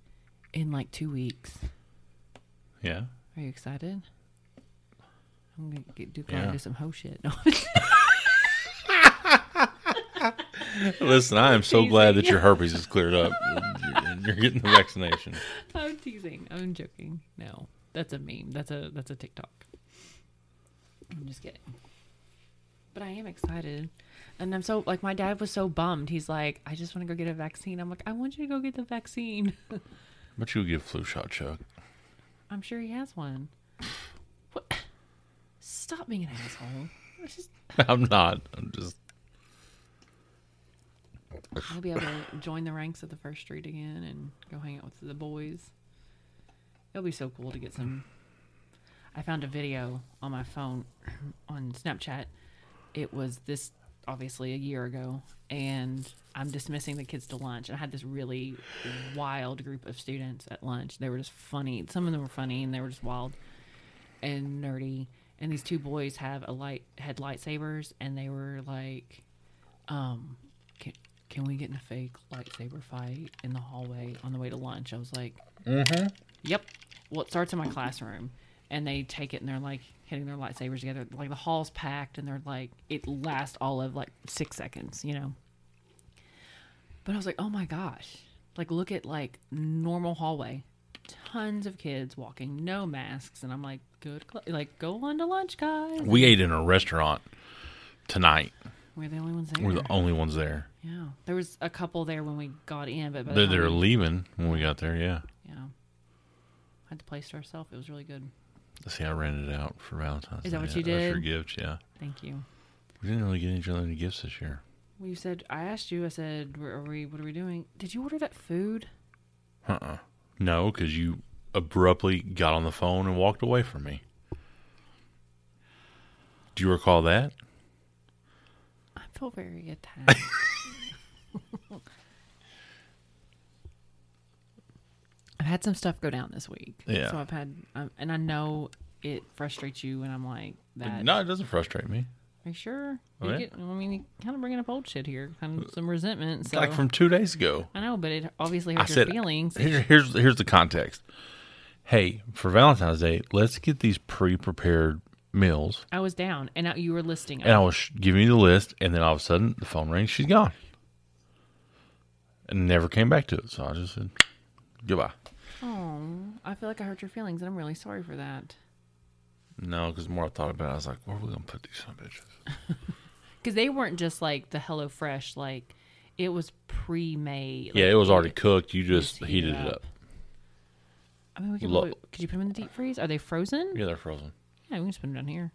Speaker 4: in like two weeks.
Speaker 3: Yeah.
Speaker 4: Are you excited? I'm gonna get, do, probably
Speaker 3: Yeah.
Speaker 4: do some hoe shit. No,
Speaker 3: Listen, I am so glad that your herpes is cleared up. You're- You're getting the vaccination.
Speaker 4: I'm Oh, teasing. I'm joking. No, that's a meme. That's a that's a TikTok. I'm just kidding. But I am excited, and I'm so like my dad was so bummed. He's like, I just want to go get a vaccine. I'm like, I want you to go get the vaccine.
Speaker 3: But you get a flu shot, Chuck.
Speaker 4: I'm sure he has one. What? Stop being an asshole. It's just
Speaker 3: I'm not. I'm just.
Speaker 4: I'll be able to join the ranks of the first street again and go hang out with the boys. It'll be so cool to get some. I found a video on my phone on Snapchat. It was this obviously a year ago, and I'm dismissing the kids to lunch. And I had this really wild group of students at lunch. They were just funny. Some of them were funny, and they were just wild and nerdy. And these two boys have a light had lightsabers, and they were like can, can we get in a fake lightsaber fight in the hallway on the way to lunch? I was like, mm-hmm. yep. Well, it starts in my classroom, and they take it and they're like hitting their lightsabers together. Like the hall's packed, and they're like, it lasts all of like six seconds, you know. But I was like, oh my gosh. Like, look at like normal hallway. Tons of kids walking, no masks. And I'm like, good. Cl-. Like, go on to lunch, guys.
Speaker 3: We ate in a restaurant tonight.
Speaker 4: We're the only ones there.
Speaker 3: We're the only ones there.
Speaker 4: yeah. There was a couple there when we got in, but by the
Speaker 3: They,
Speaker 4: time
Speaker 3: they were
Speaker 4: we-
Speaker 3: leaving when we got there. Yeah.
Speaker 4: Yeah. Had the place to ourselves. It was really good.
Speaker 3: See, I rented it out for Valentine's.
Speaker 4: Is that
Speaker 3: Day.
Speaker 4: what you
Speaker 3: That's your
Speaker 4: did?
Speaker 3: gift, yeah.
Speaker 4: Thank you.
Speaker 3: We didn't really get each other any gifts this year.
Speaker 4: Well, you said I asked you. I said, "Where are we? What are we doing? Did you order that food?"
Speaker 3: No, because you abruptly got on the phone and walked away from me. Do you recall that?
Speaker 4: I feel very attacked. I've had some stuff go down this week.
Speaker 3: Yeah.
Speaker 4: So I've had, um, and I know it frustrates you, and I'm like that.
Speaker 3: No, it doesn't frustrate me.
Speaker 4: Are you sure?
Speaker 3: Oh,
Speaker 4: You
Speaker 3: yeah.
Speaker 4: get- I mean, you kind of bringing up old shit here, kind of some resentment. So
Speaker 3: Like from two days ago.
Speaker 4: I know, but it obviously
Speaker 3: I
Speaker 4: hurts
Speaker 3: said,
Speaker 4: your feelings.
Speaker 3: Here, here's here's the context. Hey, for Valentine's Day, let's get these pre-prepared meals.
Speaker 4: I was down, and I, you were listing.
Speaker 3: And I was sh- giving you the list, and then all of a sudden, the phone rings. She's gone, and never came back to it. So I just said goodbye.
Speaker 4: Oh, I feel like I hurt your feelings, and I'm really sorry for that.
Speaker 3: No, because the more I thought about it, I was like, where are we gonna put these son of bitches?
Speaker 4: Because they weren't just like the Hello Fresh, like it was pre-made.
Speaker 3: Yeah,
Speaker 4: like,
Speaker 3: it was already cooked. You just
Speaker 4: Just heat
Speaker 3: heated
Speaker 4: it
Speaker 3: it
Speaker 4: up.
Speaker 3: up.
Speaker 4: I mean, we could,
Speaker 3: Look.
Speaker 4: could you put them in the deep freeze? Are they frozen?
Speaker 3: Yeah, they're frozen.
Speaker 4: Yeah, we can just put them down here.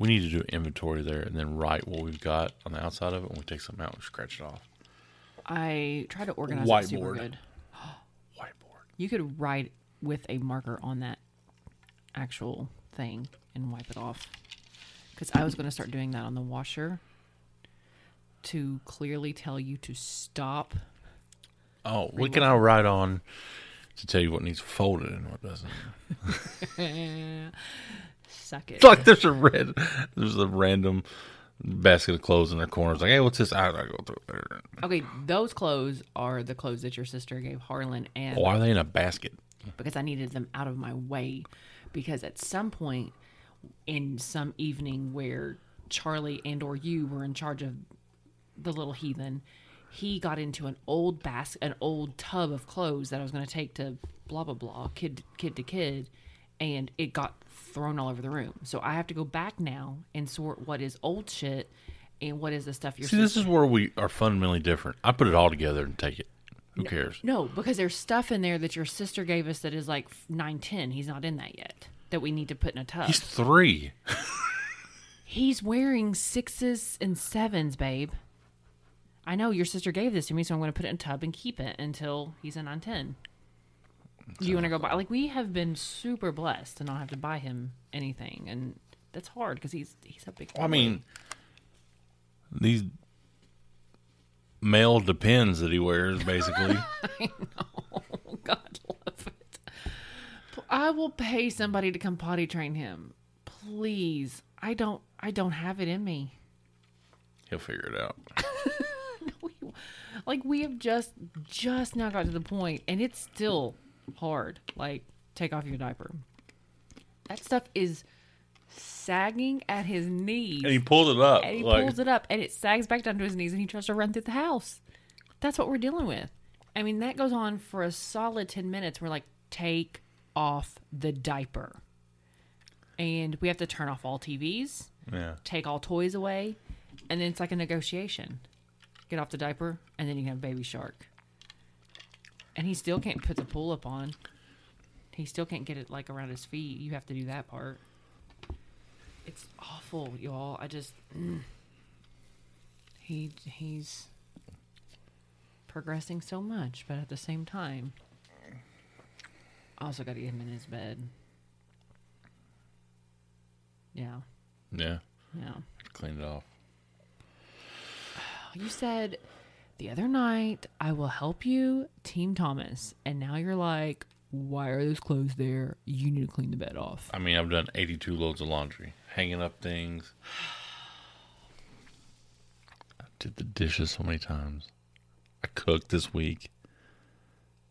Speaker 3: We need to do an inventory there, and then write what we've got on the outside of it. When we take something out, we scratch it off.
Speaker 4: I try to organize it super
Speaker 3: Whiteboard.
Speaker 4: good.
Speaker 3: Whiteboard.
Speaker 4: You could write with a marker on that actual thing and wipe it off. Because I was going to start doing that on the washer to clearly tell you to stop.
Speaker 3: Oh, what can I write on to tell you what needs folded and what doesn't?
Speaker 4: Suck it.
Speaker 3: It's like there's a red, there's a random basket of clothes in their corners. Like, hey, what's this? I, I go through. it.
Speaker 4: Okay, those clothes are the clothes that your sister gave Harlan, and
Speaker 3: Why Oh, are they in a basket?
Speaker 4: because I needed them out of my way, because at some point in some evening where Charlie and or you were in charge of the little heathen, he got into an old bas an old tub of clothes that I was going to take to blah blah blah kid kid to kid, and it got thrown all over the room. So I have to go back now and sort what is old shit and what is the stuff you're.
Speaker 3: See, this is where we are fundamentally different. I put it all together and take it. Who cares?
Speaker 4: No, because there's stuff in there that your sister gave us that is like nine ten. He's not in that yet. That we need to put in a tub.
Speaker 3: He's
Speaker 4: He's,
Speaker 3: three.
Speaker 4: wearing sixes and sevens, babe. I know your sister gave this to me, so I'm going to put it in a tub and keep it until he's a nine ten. Do you want to go buy? Like we have been super blessed to not have to buy him anything, and that's hard because he's he's a big.
Speaker 3: Well, I
Speaker 4: boy.
Speaker 3: mean, these male depends that he wears basically.
Speaker 4: Oh, God, love it. P- I will pay somebody to come potty train him. Please, I don't. I don't have it in me.
Speaker 3: He'll figure it out.
Speaker 4: We, like we have just just now got to the point, and it's still hard. Like take off your diaper. That stuff is sagging at his knees,
Speaker 3: And he pulled it up.
Speaker 4: and he
Speaker 3: like,
Speaker 4: pulls it up, and it sags back down to his knees, and he tries to run through the house. That's what we're dealing with. I mean, that goes on for a solid ten minutes. We're like, take off the diaper, and we have to turn off all TVs
Speaker 3: Yeah.
Speaker 4: take all toys away, and then it's like a negotiation. Get off the diaper, and then you can have baby shark. And he still can't put the pull up on. He still can't get it like around his feet. You have to do that part. It's awful, y'all. I just mm. he he's progressing so much, but at the same time, I also got to get him in his bed. Yeah,
Speaker 3: Yeah.
Speaker 4: yeah.
Speaker 3: Cleaned it off.
Speaker 4: Oh, You said the other night, I will help you, Team Thomas. And now you're like, why are those clothes there? You need to clean the bed off.
Speaker 3: I mean, I've done 82 loads of laundry, hanging up things. I did the dishes so many times. I cooked this week.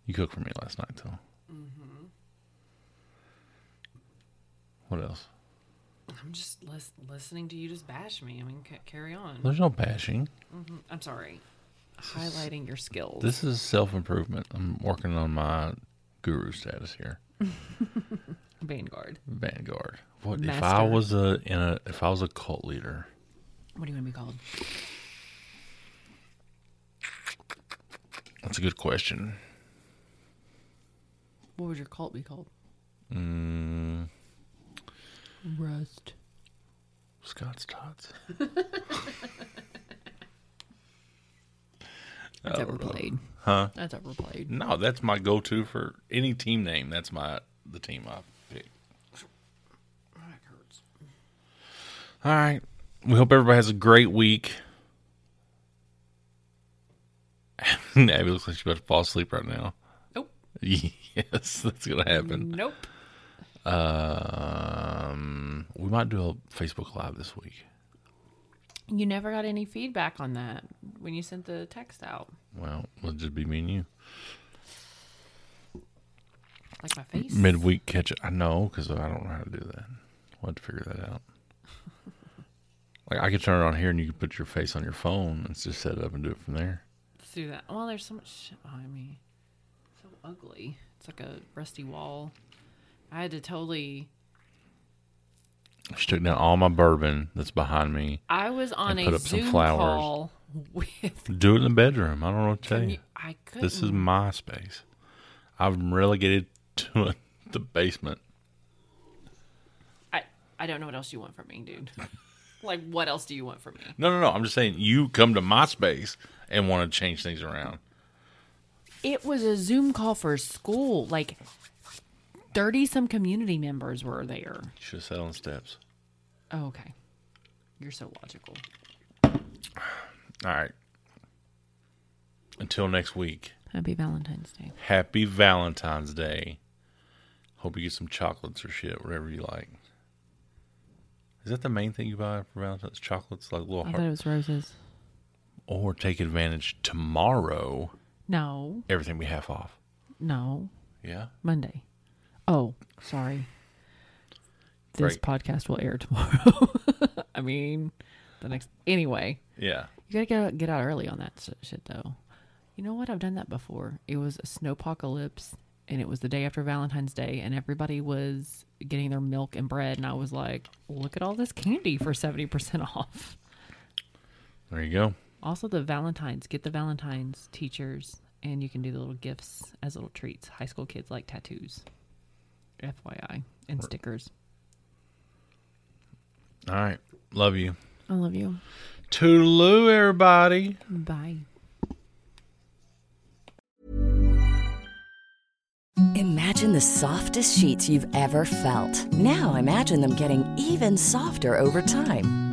Speaker 3: You cooked for me last night, too. What else?
Speaker 4: I'm just lis- listening to you just bash me. I mean, ca- carry on.
Speaker 3: There's no bashing.
Speaker 4: I'm sorry. Highlighting your skills.
Speaker 3: This is self improvement. I'm working on my guru status here.
Speaker 4: Vanguard.
Speaker 3: Vanguard. What if I
Speaker 4: Master.
Speaker 3: was a in a if I was a cult leader?
Speaker 4: What do you want to be called?
Speaker 3: That's a good question.
Speaker 4: What would your cult be called? Mm. Rust.
Speaker 3: Scott's Tots.
Speaker 4: That's overplayed. Huh? That's overplayed.
Speaker 3: No, that's my go-to for any team name. That's my the team I pick. All right. We hope everybody has a great week. Abby looks like she's about to fall asleep right now.
Speaker 4: Nope.
Speaker 3: Yes, that's gonna happen.
Speaker 4: Nope.
Speaker 3: Um, We might do a Facebook Live this week.
Speaker 4: You never got any feedback on that when you sent the text out,
Speaker 3: Well, it'll just be me and you.
Speaker 4: like my face.
Speaker 3: Midweek catch I know, because I don't know how to do that. We'll have to figure that out. like, I could turn it on here and you could put your face on your phone and just set it up and do it from there.
Speaker 4: Let's do that. Well, there's so much shit behind me. So ugly. It's like a rusty wall. I had to totally.
Speaker 3: She took down all my bourbon that's behind me.
Speaker 4: I was on
Speaker 3: And
Speaker 4: a
Speaker 3: put up some
Speaker 4: Zoom
Speaker 3: flowers.
Speaker 4: call with.
Speaker 3: Do it in the bedroom. I don't know what to tell you.
Speaker 4: I could.
Speaker 3: This is my space. I'm relegated to the basement.
Speaker 4: I, I don't know what else you want from me, dude. like, what else do you want from me?
Speaker 3: No, no, no. I'm just saying you come to my space and want to change things around.
Speaker 4: It was a Zoom call for school. Like, 30 some community members were there.
Speaker 3: You should have sat on the steps.
Speaker 4: Oh, okay. You're so logical.
Speaker 3: All right. Until next week.
Speaker 5: Happy Valentine's Day.
Speaker 3: Happy Valentine's Day. Hope you get some chocolates or shit, whatever you like. Is that the main thing you buy for Valentine's? Chocolates, like little
Speaker 5: I thought it
Speaker 3: heart.
Speaker 5: was roses.
Speaker 3: Or take advantage tomorrow.
Speaker 5: No,
Speaker 3: Everything be half off.
Speaker 5: no,
Speaker 3: Yeah.
Speaker 5: Monday. Oh, sorry. This
Speaker 3: Great.
Speaker 5: podcast will air tomorrow. I mean, the next. Anyway,
Speaker 3: Yeah.
Speaker 5: you gotta get out, get out early on that s- shit though. You know what? I've done that before. It was a snowpocalypse, and it was the day after Valentine's Day, and everybody was getting their milk and bread, and I was like, "Look at all this candy for seventy percent off."
Speaker 3: There you go.
Speaker 5: Also, the Valentines. Get the Valentines teachers, and you can do the little gifts as little treats. High school kids like tattoos, FYI, and stickers.
Speaker 3: All right. Love you.
Speaker 5: I love you.
Speaker 3: Toodaloo, everybody.
Speaker 5: Bye.
Speaker 8: Imagine the softest sheets you've ever felt. Now imagine them getting even softer over time.